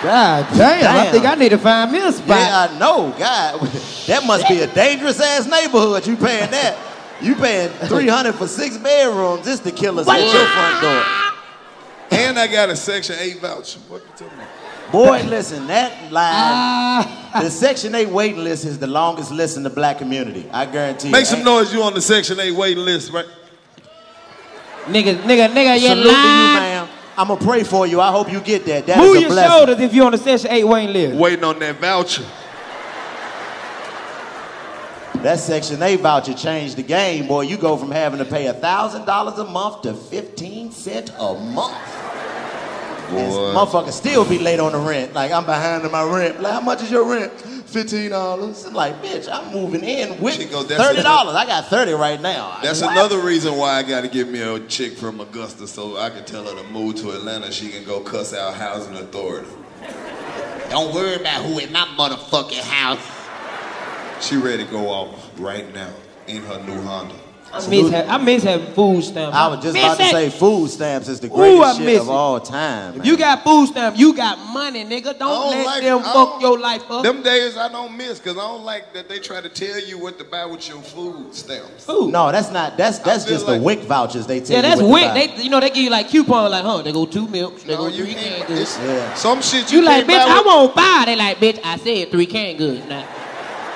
Speaker 4: God
Speaker 13: damn, I think I
Speaker 4: need to find me a spot. Yeah, I know. God, that must be a dangerous ass neighborhood. You paying that? You paying 300 for six bedrooms. This the killers at your front door.
Speaker 13: And I got a section eight voucher. What you talking about?
Speaker 4: Boy, listen, that line, the Section 8 waiting list is the longest list in the black community. I guarantee you.
Speaker 13: Make some noise. You on the section eight waiting list, right?
Speaker 4: Nigga, nigga, nigga,
Speaker 13: you
Speaker 4: Salute to you,
Speaker 13: lying.
Speaker 4: ma'am. I'ma pray for you. I hope you get that. That is
Speaker 13: Move
Speaker 4: a
Speaker 13: your
Speaker 4: blessing.
Speaker 13: shoulders
Speaker 4: if you're on the session eight waiting list.
Speaker 13: Waiting on that voucher.
Speaker 4: That section eight voucher changed the game, boy. You go from having to pay thousand dollars a month to fifteen cent a month. And motherfuckers still be late on the rent. Like I'm behind on my rent. Like how much is your rent? Fifteen dollars. Like bitch, I'm moving in with
Speaker 13: that's
Speaker 4: thirty dollars. I got thirty right now.
Speaker 13: That's
Speaker 4: What?
Speaker 13: another reason why I got to get me a chick from Augusta so I can tell her to move to Atlanta. She can go cuss out housing authority.
Speaker 14: Don't worry about who in my motherfucking house.
Speaker 9: She ready to go off right now in her new Honda.
Speaker 5: I miss, ha- I miss having food stamps.
Speaker 4: I was just
Speaker 5: Miss
Speaker 4: about to
Speaker 5: that.
Speaker 4: say food stamps is the
Speaker 5: Ooh,
Speaker 4: greatest
Speaker 5: I
Speaker 4: shit
Speaker 5: miss
Speaker 4: of
Speaker 5: it.
Speaker 4: all time.
Speaker 5: If you got food stamps, you got money, nigga. Don't, let them fuck your life up.
Speaker 9: Them days I don't miss because I don't like that they try to tell you what to buy with your food stamps.
Speaker 4: No, that's not. That's that's just the WIC vouchers they tell
Speaker 5: yeah,
Speaker 4: you
Speaker 5: that's
Speaker 4: what to
Speaker 5: wick.
Speaker 4: buy.
Speaker 5: They, you know, they give you like coupon, like, huh? They go two milks, they
Speaker 4: No,
Speaker 5: go
Speaker 4: you
Speaker 5: three canned
Speaker 4: can't-
Speaker 5: goods.
Speaker 4: Yeah.
Speaker 9: Some shit
Speaker 5: You, like,
Speaker 4: can't
Speaker 5: bitch,
Speaker 4: buy
Speaker 5: I
Speaker 4: with-
Speaker 5: won't buy. They like, bitch, I said three canned goods. Now,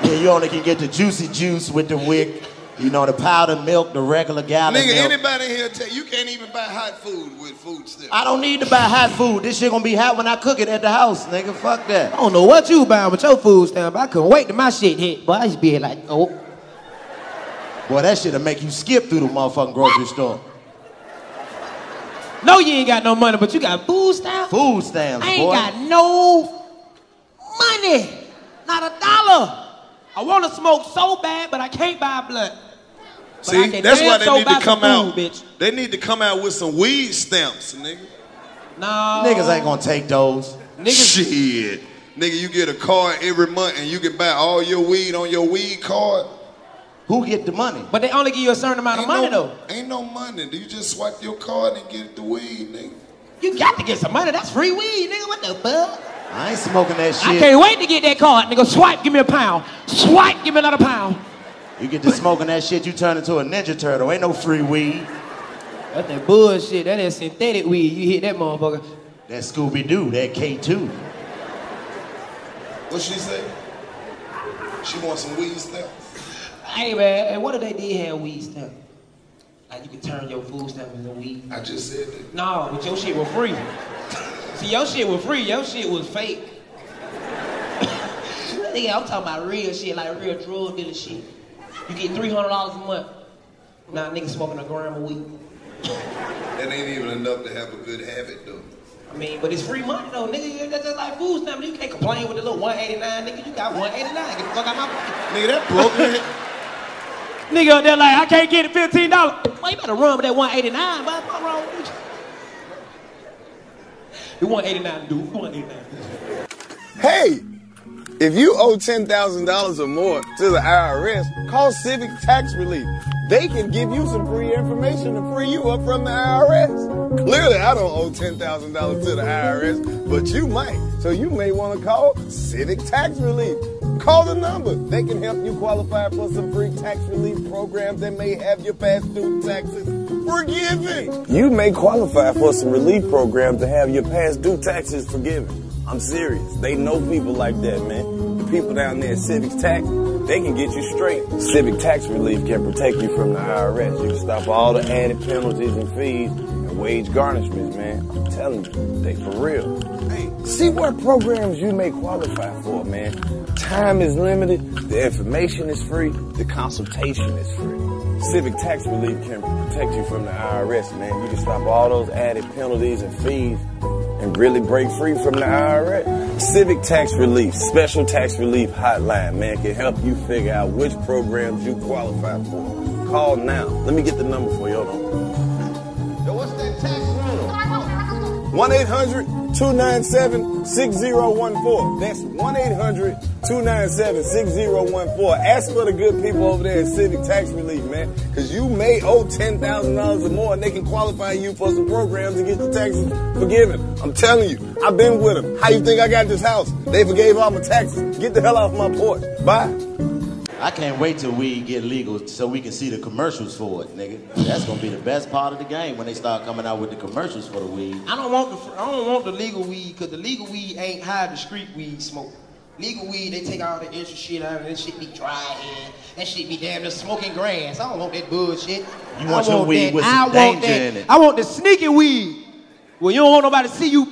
Speaker 4: Yeah, you only can get the juicy juice with the wick. You know, the powdered milk, the regular gallon
Speaker 9: Nigga,
Speaker 4: milk.
Speaker 9: anybody here tell you can't even buy hot food with food stamps.
Speaker 4: I don't need to buy hot food. This shit gonna be hot when I cook it at the house, nigga. Fuck that.
Speaker 5: I don't know what you buying with your food stamp. I couldn't wait till my shit hit, but I just be like, oh.
Speaker 4: Boy, that shit'll make you skip through the motherfucking grocery store.
Speaker 5: No, you ain't got no money, but you got food stamps.
Speaker 4: Food stamps,
Speaker 5: I ain't
Speaker 4: boy.
Speaker 5: got no money, not a dollar. I want to smoke so bad, but I can't buy a blunt. But I
Speaker 9: See,
Speaker 5: can
Speaker 9: that's why
Speaker 5: damn
Speaker 9: they
Speaker 5: sure
Speaker 9: need to
Speaker 5: buy some
Speaker 9: come out.
Speaker 5: food,
Speaker 9: They need to come out with some weed stamps, nigga.
Speaker 5: No.
Speaker 4: Niggas ain't gonna take those.
Speaker 9: Niggas. Shit. Nigga, you get a card every month and you can buy all your weed on your weed card.
Speaker 4: Who get the money?
Speaker 5: But they only give you a certain amount of
Speaker 9: no,
Speaker 5: money,
Speaker 9: though. Ain't no money. Do you just swipe your card and get the weed, nigga?
Speaker 5: You got to get some money. That's free weed, nigga. What the fuck?
Speaker 4: I ain't smoking that shit.
Speaker 5: I can't wait to get that card, nigga. Swipe, give me a pound. Swipe, give me another pound.
Speaker 4: You get to smoking that shit, you turn into a ninja turtle. Ain't no free weed.
Speaker 5: That's that bullshit. That is synthetic weed. You hit that motherfucker.
Speaker 4: That Scooby Doo, that K2.
Speaker 9: What she say? She wants some weed stamps.
Speaker 5: Hey man, hey, what if they did have weed stamp? Like you could turn your food stamp into weed. I just said that. No, but your shit was free. See, your shit was free. Your shit was fake. Nigga, I'm talking about real shit, like real drug dealer shit. You get three hundred dollars a month. Nah, nigga smoking a gram of weed.
Speaker 9: That ain't even enough to have a good habit, though.
Speaker 5: I mean, but it's free money though, nigga. That's just like food stamp. You can't complain with the little one eighty nine, nigga. You got one eighty nine. Get the fuck out my
Speaker 9: nigga. That broke me.
Speaker 5: Nigga up there like, I can't get it fifteen dollars. Well, you better run with that one eighty nine. What the fuck wrong with you? You one eighty nine, dude. One eighty nine.
Speaker 1: Hey, if you owe $10,000 or more to the IRS, call Civic Tax Relief. They can give you some free information to free you up from the IRS. Clearly, I don't owe $10,000 to the IRS, but you might. So you may want to call Civic Tax Relief. Call the number. They can help you qualify for some free tax relief programs that may have your past due taxes forgiven. You may qualify for some relief programs to have your past due taxes forgiven. I'm serious. They know people like that, man. The people down there at Civic Tax, they can get you straight. Civic Tax Relief can protect you from the IRS. You can stop all the added penalties and fees and wage garnishments, man. I'm telling you, they for real. Hey, see what programs you may qualify for, man. Time is limited, the information is free, the consultation is free. Civic Tax Relief can protect you from the IRS, man. You can stop all those added penalties and fees and really break free from the IRS. Civic Tax Relief, Special Tax Relief Hotline, man, can help you figure out which programs you qualify for. Call now. Let me get the number for you. Hold on.
Speaker 14: Yo, what's that tax on?
Speaker 1: 1 800 297 6014. That's 1 800 297 6014. Ask for the good people over there at Civic Tax Relief, man, because you may owe $10,000 or more and they can qualify you for some programs to get your taxes forgiven. I'm telling you, I've been with them. How you think I got this house? They forgave all my taxes. Get the hell off my porch. Bye.
Speaker 4: I can't wait till we get legal so we can see the commercials for it, nigga. That's gonna be the best part of the game when they start coming out with the commercials for the weed.
Speaker 5: I don't want the fr- I don't want the legal weed because the legal weed ain't high the street weed smoke. Legal weed, they take all the extra shit out of it. That shit be dry and that shit be damn near smoking grass. I don't want that bullshit.
Speaker 4: You
Speaker 5: I
Speaker 4: want your weed
Speaker 5: that.
Speaker 4: with
Speaker 5: I
Speaker 4: some
Speaker 5: want
Speaker 4: danger
Speaker 5: that.
Speaker 4: in it.
Speaker 5: I want the sneaky weed. Well, you don't want nobody to see you.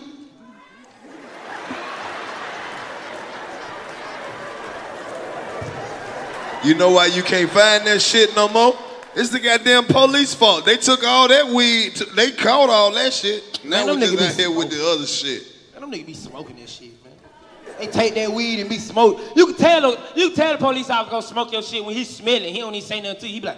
Speaker 9: You know why you can't find that shit no more? It's the goddamn police fault. They took all that weed. t- they caught all that shit. Now
Speaker 5: Man, them
Speaker 9: we just
Speaker 5: niggas
Speaker 9: out
Speaker 5: be
Speaker 9: here with the other shit.
Speaker 5: Man, them niggas be smoking that shit, man. They take that weed and be smoked. You can tell the, you can tell the police officer gonna smoke your shit when he smell it. He don't even say nothing to you. He be like,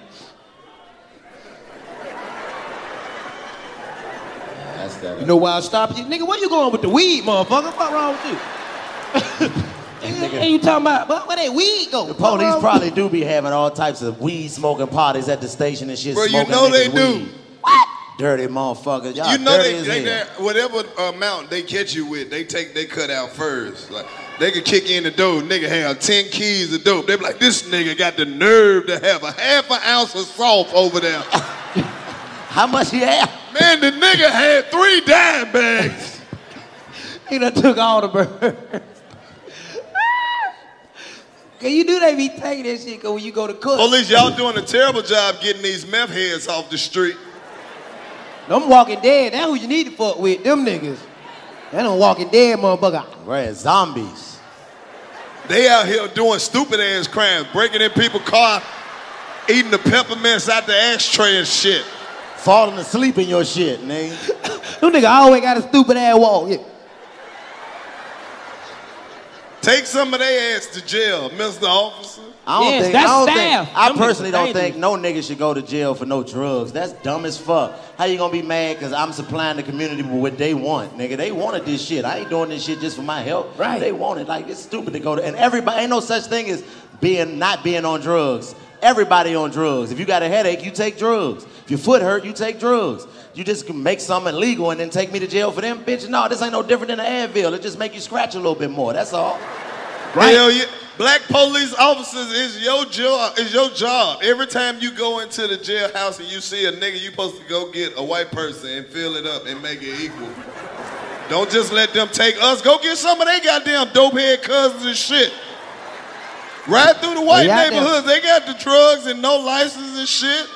Speaker 4: That's that.
Speaker 5: you know why I stopped you? Nigga, where you going with the weed, motherfucker? What wrong with you?
Speaker 4: And
Speaker 5: you talking about, but where that weed go?
Speaker 4: The police probably do be having all types of weed smoking parties at the station and shit.
Speaker 1: Bro, you
Speaker 4: smoking
Speaker 1: know they
Speaker 4: niggas'
Speaker 1: do.
Speaker 4: Weed. Dirty motherfucker. Y'all
Speaker 1: you know
Speaker 4: dirty
Speaker 1: they,
Speaker 4: as
Speaker 1: they,
Speaker 4: hell.
Speaker 1: they- whatever amount they catch you with, they take they cut out first. Like they could kick in the dope. Nigga have ten keys of dope. They be like, this nigga got the nerve to have a half an ounce of salt over there.
Speaker 4: How much he have?
Speaker 1: Man, the nigga had three dime bags.
Speaker 5: He done took all the birds. Can you do they be taking that shit? Cause when you go to cook,
Speaker 1: Police, y'all doing a terrible job getting these meth heads off the street.
Speaker 5: them Walking Dead. That who you need to fuck with. Them niggas. That them Walking Dead motherfucker.
Speaker 4: Right, zombies.
Speaker 1: They out here doing stupid ass crimes, breaking in people's car, eating the peppermints out the ashtray and shit.
Speaker 4: Falling asleep in your shit, nigga.
Speaker 5: Them nigga always got a stupid ass walk. Yeah.
Speaker 1: Take some of their ass to jail, Mr. Officer.
Speaker 4: I don't think, I don't think- I personally don't think no nigga should go to jail for no drugs. That's dumb as fuck. How you gonna be mad? Cause I'm supplying the community with what they want, nigga. They wanted this shit. I ain't doing this shit just for my help. Right. They want it. Like it's stupid to go to. And everybody ain't no such thing as being not being on drugs. Everybody on drugs. If you got a headache, you take drugs. If your foot hurt, you take drugs. You just can make something illegal and then take me to jail for them, bitch. No, this ain't no different than an Advil. It just make you scratch a little bit more. That's all.
Speaker 1: Hell yeah. Black police officers is your job. Is your job. Every time you go into the jailhouse and you see a nigga, you supposed to go get a white person and fill it up and make it equal. Don't just let them take us. Go get some of they goddamn dope head cousins and shit. Right through the white
Speaker 5: Well, y'all
Speaker 1: neighborhoods, they got the drugs and no license and shit.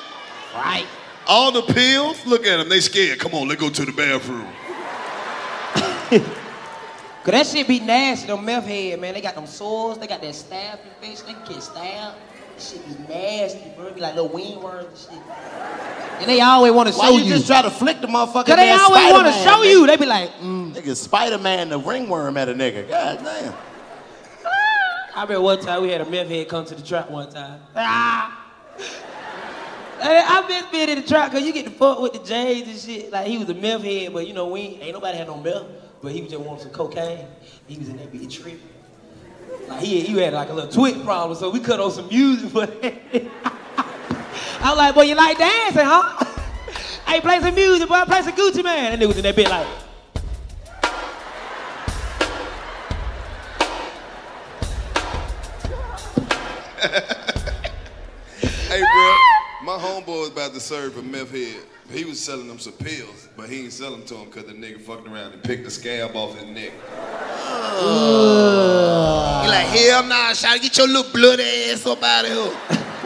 Speaker 5: Right.
Speaker 1: All the pills. Look at them. They scared. Come on, let's go to the bathroom.
Speaker 5: Cause that shit be nasty, them meth head, man. They got them sores, they got that stab in your face, they get stabbed. That shit be nasty, bro. Be like little wing worms and shit. And they always wanna
Speaker 4: Why
Speaker 5: show
Speaker 4: you
Speaker 5: you.
Speaker 4: just try to flick the motherfucker?
Speaker 5: Cause they
Speaker 4: man,
Speaker 5: always wanna
Speaker 4: Spider-Man,
Speaker 5: show
Speaker 4: nigga.
Speaker 5: you. They be like, mm.
Speaker 4: Nigga, Spider Man the ringworm at a nigga. God damn.
Speaker 5: I remember one time we had a meth head come to the trap one time. Ah! Hey, I miss being in the trap because you get to fuck with the J's and shit. Like he was a meth head, but you know we ain't, ain't nobody had no meth, but he was just wanting some cocaine. He was in that bitch tripping. Like he, he had like a little twitch problem, so we cut on some music for that. I was like, boy, you like dancing, huh? hey, play some music, boy. Play some Gucci Man. And they was in that bit like.
Speaker 1: Hey, bro, my homeboy was about to serve a meth head. He was selling them some pills, but he ain't selling to him because the nigga fucked around and picked the scab off his neck.
Speaker 5: Ugh.
Speaker 9: You like, hell nah, shout get your little blood ass up out of here.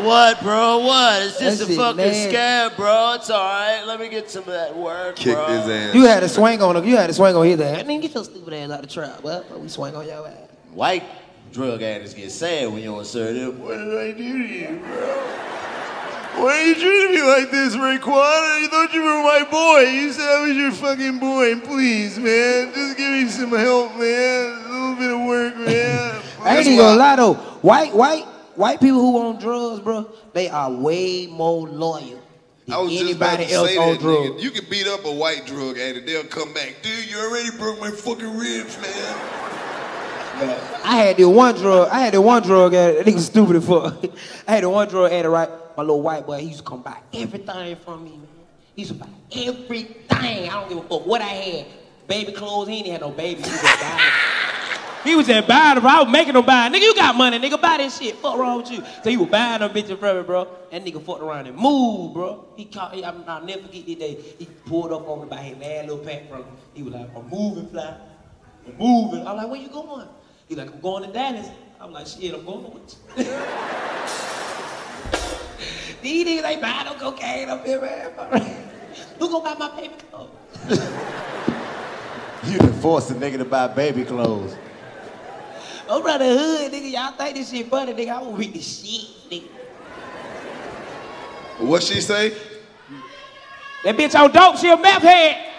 Speaker 4: What, bro? What? It's just
Speaker 5: That
Speaker 4: a
Speaker 5: shit
Speaker 4: fucking
Speaker 5: nasty.
Speaker 4: scab, bro. It's all right. Let me get some of that work,
Speaker 1: Kick
Speaker 4: bro.
Speaker 1: his ass.
Speaker 5: You had a swing on him. You had a swing on his ass. Nigga, get your stupid ass out the trap. Well, we swing on your ass.
Speaker 4: White drug addicts get sad when you insert it. What did I do to you, bro? Why are you treating me like this, Raekwon? You thought you were my boy. You said I was your fucking boy. Please, man, just give me some help, man. A little bit of work, man.
Speaker 5: I ain't even gonna lie though. White, white, white people who on drugs, bro, they are way more loyal than
Speaker 1: I was just about
Speaker 5: anybody
Speaker 1: to
Speaker 5: else
Speaker 1: say
Speaker 5: on
Speaker 1: that,
Speaker 5: drugs.
Speaker 1: nigga. You can beat up a white drug addict, they'll come back. Dude, you already broke my fucking ribs, man.
Speaker 5: I had the one drug. I had the one drug addict. That nigga stupid as fuck. I had the one drug addict, right? My little white boy, he used to come by everything from me, man. He used to buy everything. I don't give a fuck what I had. Baby clothes, he ain't had no baby. He was just buying them. He was just buying them. I was making them buy. Nigga, you got money. Nigga, buy this shit. Fuck wrong with you. So he was buying them bitches from me, bro. That nigga fucked around and moved, bro. He caught, he, I'm, I'll never forget this day. He pulled up on me by his mad little pack, bro. He was like, I'm moving, fly. I'm moving. I'm like, where you going? He like, I'm going to Dallas. I'm like, shit, I'm going with you. These niggas ain't buying no cocaine up here, man. Who gonna buy my paper clothes?
Speaker 4: You done forced a nigga to buy baby clothes.
Speaker 5: I'm from the Oh, hood, nigga. Y'all think this shit funny, nigga. I will read the shit, nigga.
Speaker 1: What she say?
Speaker 5: That bitch on dope, she a meth head.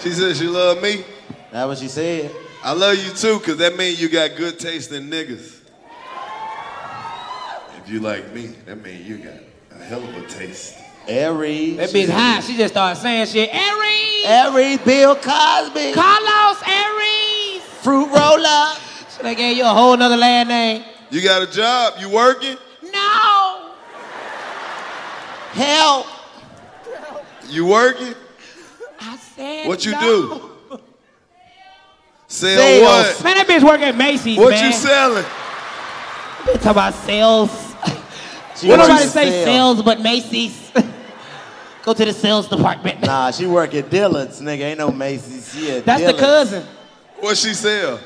Speaker 1: she said she love me.
Speaker 4: That's what she said.
Speaker 1: I love you too, cause that means you got good taste in niggas. If you like me, that means you got a hell of a taste.
Speaker 4: Aries.
Speaker 5: That bitch high. She just started saying shit. Aries.
Speaker 4: Aries. Bill Cosby.
Speaker 5: Carlos Aries.
Speaker 4: Fruit roller.
Speaker 5: She done gave you a whole nother land name.
Speaker 1: You got a job. You working?
Speaker 5: No.
Speaker 4: Help.
Speaker 1: You working?
Speaker 5: I said
Speaker 1: What you
Speaker 5: no.
Speaker 1: do? Sell
Speaker 5: Sales.
Speaker 1: what?
Speaker 5: Man, that bitch work at Macy's,
Speaker 1: What
Speaker 5: man.
Speaker 1: you selling?
Speaker 5: Bitch talk about sales.
Speaker 4: She
Speaker 5: What
Speaker 4: work
Speaker 5: nobody
Speaker 4: at
Speaker 5: say
Speaker 4: sales.
Speaker 5: sales but Macy's? Go to the sales department.
Speaker 4: Nah, she work at Dillard's, nigga. Ain't no Macy's. She at
Speaker 5: That's the
Speaker 4: Dillard's.
Speaker 5: cousin.
Speaker 1: What she sell?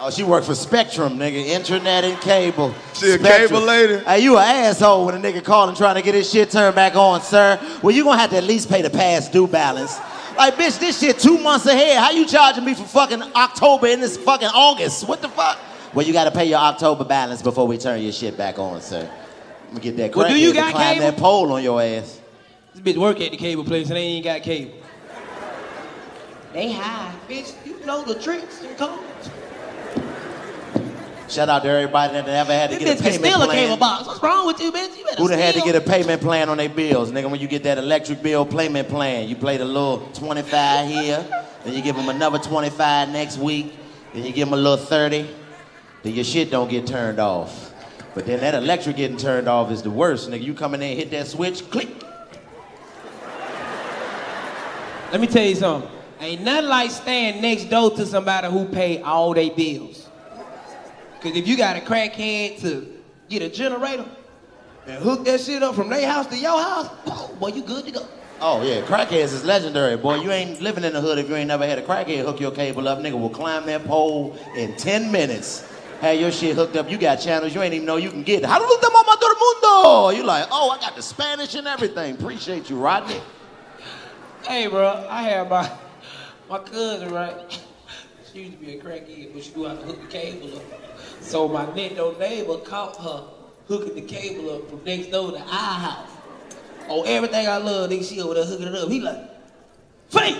Speaker 4: Oh, she work for Spectrum, nigga. Internet and cable.
Speaker 1: She a cable lady.
Speaker 4: Hey, you an asshole when a nigga calling trying to get his shit turned back on, sir. Well, you gonna have to at least pay the past due balance. Like, bitch, this shit two months ahead. How you charging me for fucking October and this fucking August? What the fuck? Well, you gotta pay your October balance before we turn your shit back on, sir. I'm gonna get that
Speaker 5: Well, do
Speaker 4: crackhead
Speaker 5: you
Speaker 4: to
Speaker 5: got
Speaker 4: climb
Speaker 5: cable?
Speaker 4: that pole on your ass.
Speaker 5: This bitch work at the cable place and they ain't got cable. They high, bitch. You know the tricks and codes.
Speaker 4: Shout out to everybody that never had to
Speaker 5: This
Speaker 4: get a
Speaker 5: bitch
Speaker 4: payment
Speaker 5: can steal a
Speaker 4: plan.
Speaker 5: cable box. What's wrong with you, bitch? You better
Speaker 4: Who'd have had to
Speaker 5: steal.
Speaker 4: get a payment plan on their bills, nigga? When you get that electric bill payment plan, you play the little 25 here, then you give them another 25 next week, then you give them a little 30, then your shit don't get turned off. But then that electric getting turned off is the worst, nigga. You come in there, hit that switch, click.
Speaker 5: Let me tell you something. Ain't nothing like staying next door to somebody who pay all their bills. Cause if you got a crackhead to get a generator and hook that shit up from their house to your house, whoa, boy, you good to go.
Speaker 4: Oh yeah, crackheads is legendary, boy. You ain't living in the hood if you ain't never had a crackhead hook your cable up, nigga. Will climb that pole in 10 minutes. Have your shit hooked up. You got channels you ain't even know you can get. How do you mundo? You like, oh, I got the Spanish and everything. Appreciate you, Rodney.
Speaker 5: Hey, bro, I had my my cousin, right? She used to be a crackhead, but she knew how to hook the cable up. So my next door neighbor caught her hooking the cable up from next door to our house. On everything I love, nigga, she over there hooking it up. He like, Faith!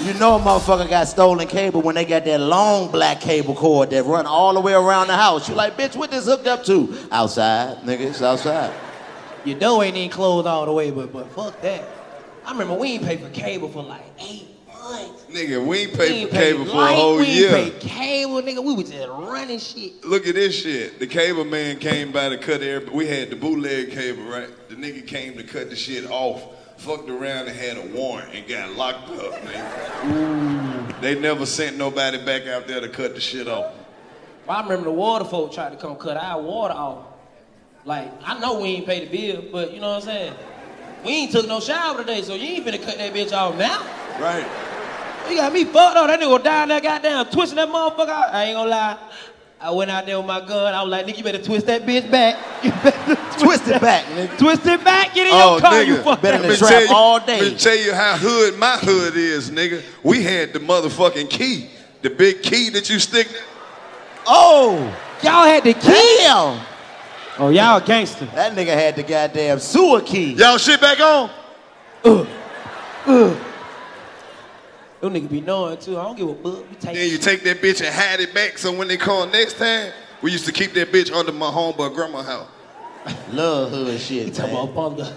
Speaker 4: You know a motherfucker got stolen cable when they got that long black cable cord that run all the way around the house. You like, bitch, what this hooked up to? Outside, nigga, it's outside.
Speaker 5: Your door ain't even closed all the way, but but fuck that. I remember we ain't paid for cable for like eight months.
Speaker 1: Nigga, we ain't
Speaker 5: We
Speaker 1: paid
Speaker 5: ain't
Speaker 1: for cable
Speaker 5: paid
Speaker 1: for a
Speaker 5: light,
Speaker 1: whole
Speaker 5: we ain't
Speaker 1: year.
Speaker 5: paid cable, nigga. We was just running shit.
Speaker 1: Look at this shit. The cable man came by to cut air. We had the bootleg cable, right? The nigga came to cut the shit off. Fucked around and had a warrant and got locked up, man. They never sent nobody back out there to cut the shit off.
Speaker 5: I remember the water folk tried to come cut our water off. Like, I know we ain't paid the bill, but you know what I'm saying? We ain't took no shower today, so you ain't finna cut that bitch off now.
Speaker 1: Right.
Speaker 5: You got me fucked up. That nigga down there goddamn twisting that motherfucker out. I ain't gonna lie. I went out there with my gun. I was like, nigga, you better twist that bitch back. You better twist
Speaker 4: it back, nigga.
Speaker 5: Twist it back. Get in your car, you fucking.
Speaker 1: Oh, Let me tell you- Let me tell you how hood my hood is, nigga. We had the motherfucking key. The big key that you stick.
Speaker 4: Oh!
Speaker 5: Y'all had the key?
Speaker 4: Damn!
Speaker 5: Oh, y'all gangster.
Speaker 4: That nigga had the goddamn sewer key.
Speaker 1: Y'all shit back on?
Speaker 5: Uh, Ugh. Them nigga be knowing too. I don't give a fuck. We take
Speaker 1: Then you take that bitch and hide it back so when they call next time, we used to keep that bitch under my homeboy grandma house.
Speaker 4: Love hood shit, man.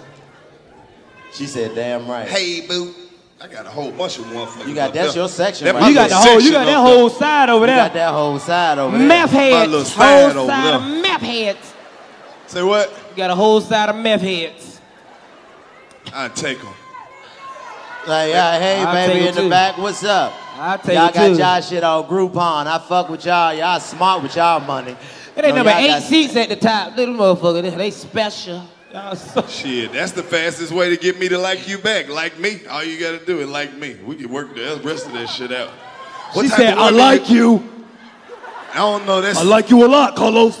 Speaker 4: She said, damn right.
Speaker 1: Hey, boo. I got a whole bunch of motherfuckers.
Speaker 4: You got
Speaker 1: up
Speaker 4: that's
Speaker 1: there.
Speaker 4: your section.
Speaker 1: That
Speaker 4: right
Speaker 1: my
Speaker 4: there.
Speaker 1: little section up there.
Speaker 5: side over
Speaker 4: You
Speaker 5: there.
Speaker 4: got that whole side over there.
Speaker 5: meth
Speaker 1: Oh, My
Speaker 5: heads.
Speaker 1: little
Speaker 5: Whole
Speaker 1: side
Speaker 5: side
Speaker 1: over there.
Speaker 5: of meth heads.
Speaker 1: Say what?
Speaker 5: You got a whole side of meth heads.
Speaker 1: I take them.
Speaker 4: Like, yeah, hey,
Speaker 5: I'll take
Speaker 4: baby
Speaker 5: it
Speaker 4: in the
Speaker 5: too.
Speaker 4: back, what's up?
Speaker 5: I'll take
Speaker 4: y'all
Speaker 5: it
Speaker 4: got
Speaker 5: too.
Speaker 4: y'all shit on Groupon. I fuck with y'all. Y'all smart with y'all money.
Speaker 5: It ain't
Speaker 4: No,
Speaker 5: number
Speaker 4: y'all
Speaker 5: eight
Speaker 4: got-
Speaker 5: seats at the top. Little motherfucker, they, they special. Y'all so-
Speaker 1: Shit, that's the fastest way to get me to like you back. Like me. All you gotta do is like me. We can work the rest of that shit out.
Speaker 2: she
Speaker 1: type
Speaker 2: said,
Speaker 1: of
Speaker 2: I
Speaker 1: women-
Speaker 2: like you.
Speaker 1: I don't know. That's
Speaker 2: I like you a lot, Carlos.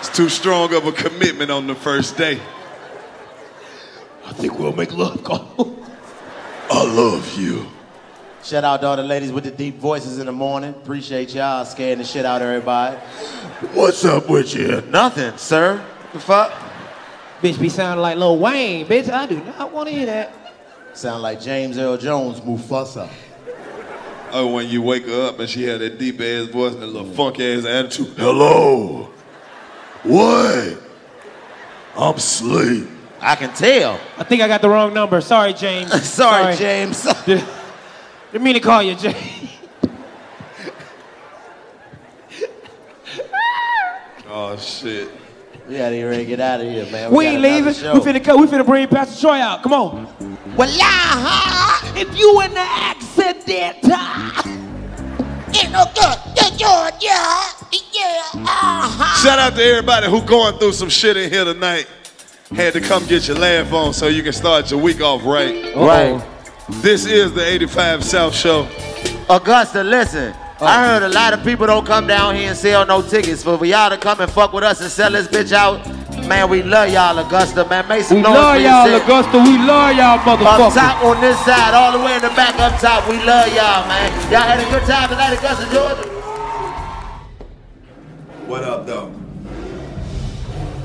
Speaker 1: It's too strong of a commitment on the first day.
Speaker 2: I think we'll make love, Carlos.
Speaker 1: I love you.
Speaker 4: Shout out to all the ladies with the deep voices in the morning. Appreciate y'all scaring the shit out of everybody.
Speaker 2: What's up with you?
Speaker 4: Nothing, sir. The fuck?
Speaker 5: Bitch be sounding like Lil Wayne. Bitch, I do not want to hear that.
Speaker 4: Sound like James Earl Jones, Mufasa.
Speaker 1: Oh, when you wake her up and she had that deep ass voice and a little funk ass attitude. Hello. What? I'm sleep.
Speaker 2: I can tell.
Speaker 15: I think I got the wrong number. Sorry, James.
Speaker 2: Sorry, James.
Speaker 15: Did- Didn't mean to call you, James.
Speaker 1: Oh shit.
Speaker 2: We gotta get ready to get out of here, man.
Speaker 15: We, ain't
Speaker 2: got another
Speaker 15: leaving.
Speaker 2: show.
Speaker 15: We finna cut. We finna bring Pastor Troy out. Come on.
Speaker 2: Well, ah,
Speaker 15: if you in the accident,
Speaker 2: you know, good, good, yeah, yeah, ah,
Speaker 1: Shout out to everybody who going through some shit in here tonight. Had to come get your laugh on so you can start your week off right.
Speaker 2: Right.
Speaker 1: This is the 85 South Show.
Speaker 2: Augusta, listen. I heard a lot of people don't come down here and sell no tickets. For y'all to come and fuck with us and sell this bitch out, man, we love y'all, Augusta, man. Make some
Speaker 15: We
Speaker 2: noise
Speaker 15: love
Speaker 2: for
Speaker 15: y'all,
Speaker 2: yourself.
Speaker 15: Augusta. We love y'all,
Speaker 2: Up
Speaker 15: motherfuckers.
Speaker 2: top on this side, all the way in the back up top. We love y'all, man. Y'all had a good time tonight, Augusta, Georgia.
Speaker 1: What up, though?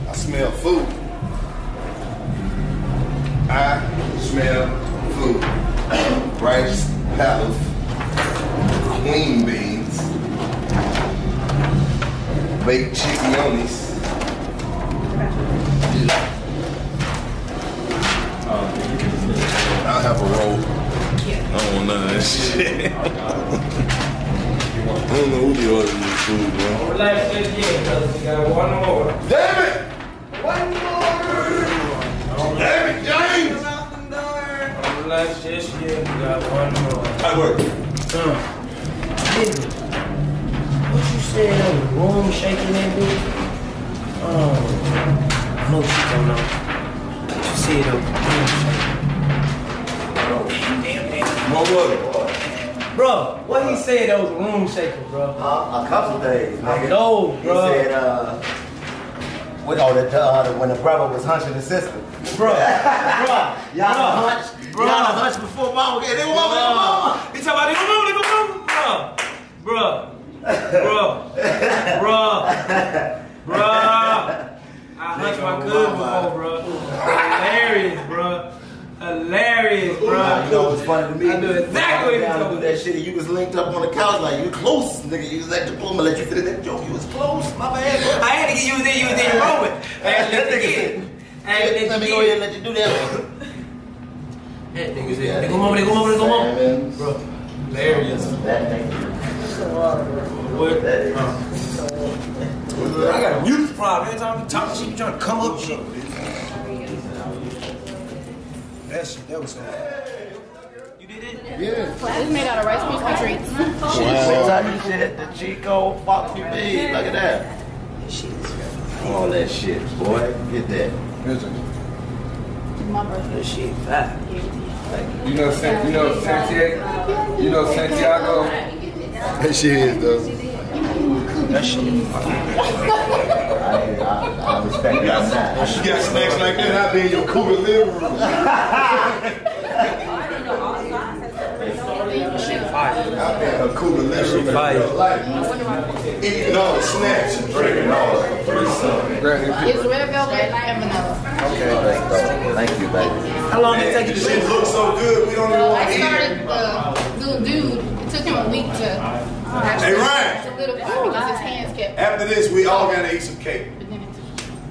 Speaker 1: I smell food. I smell food. Rice, palace, queen beans, baked chickionies. I'll have a roll. I don't want none of that shit. I don't know who be ordering this food, bro. Damn it! Damn it, James! I work.
Speaker 5: What you said that was wrong shaking that bitch? Oh, I know she don't know. But you see it up. What was it? Bro, what he said that was room shaking, bro. Uh, a couple days, nigga. I know, bro.
Speaker 4: He said, uh, when, oh, the, uh, when the brother was hunching the sister.
Speaker 5: Bro,
Speaker 4: y'all
Speaker 5: bro,
Speaker 4: hunch,
Speaker 5: bro.
Speaker 4: y'all hunch before mama. Yeah, they want me to mama.
Speaker 5: He talking about they come over, they come over. Bro, bro, bro, bro, bro. I hunched my good before, bro. Hilarious, bro. Hilarious, bro.
Speaker 4: You know what's funny to me?
Speaker 5: I knew exactly what he was
Speaker 4: down
Speaker 5: talking
Speaker 4: and do that shit. and You was linked up on the couch like you close, nigga. You was at diploma, let you sit in that joke. You was close, my bad. Bro.
Speaker 5: I had to get you was in, you was in your moment. I had to let you
Speaker 4: That nigga
Speaker 5: get it. I had to let you
Speaker 4: Let me
Speaker 5: get
Speaker 4: go
Speaker 5: it.
Speaker 4: ahead and let you do that. one.
Speaker 5: That nigga said, they come over, they come over, they come over. Bro, hilarious. That nigga. What? Huh. I got a music problem. Every time we talk, she be trying to come up with shit.
Speaker 15: That shit, that was
Speaker 8: This is made out of Rice Krispie treats.
Speaker 4: She was talking shit at the Chico Fox me big. Look at that. All that shit, boy. Get that.
Speaker 8: My birthday.
Speaker 4: Shit, fat.
Speaker 16: You know, San- you know Santiago. You know Santiago. That shit is though. That shit.
Speaker 4: I respect you on that.
Speaker 1: You got snacks like that, I'll be in your cougar living room. I've been a cougar living room in real life. Eating all the snacks and drinking all the
Speaker 8: It's red velvet and vanilla.
Speaker 4: Okay, thank you, baby.
Speaker 5: How long did it take you to shit look so good? We don't even want
Speaker 8: I started the little dude. It took him a week to.
Speaker 1: Hey, Ryan.
Speaker 8: To little boy because his hands kept.
Speaker 1: After this, we all gotta eat some cake.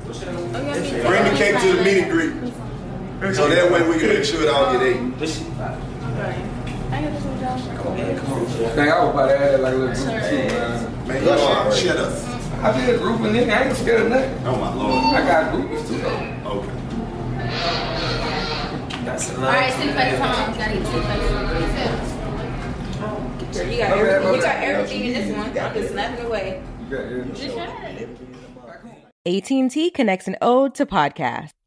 Speaker 1: Bring the cake to the meet and greet. So that way we can make sure it all get eaten.
Speaker 16: Dang, I was about to add that like a little group of two, man.
Speaker 1: Man, you are. Shut up.
Speaker 16: I did a group of nigga. I ain't scared of nothing.
Speaker 1: Oh my lord.
Speaker 16: I got groupies too though.
Speaker 1: Okay.
Speaker 16: That's
Speaker 8: All right, six face time. Gotta eat six face.
Speaker 16: You got everything- you got everything
Speaker 6: in this one. I'm just snapping away.
Speaker 10: AT&T connects an ode to podcast.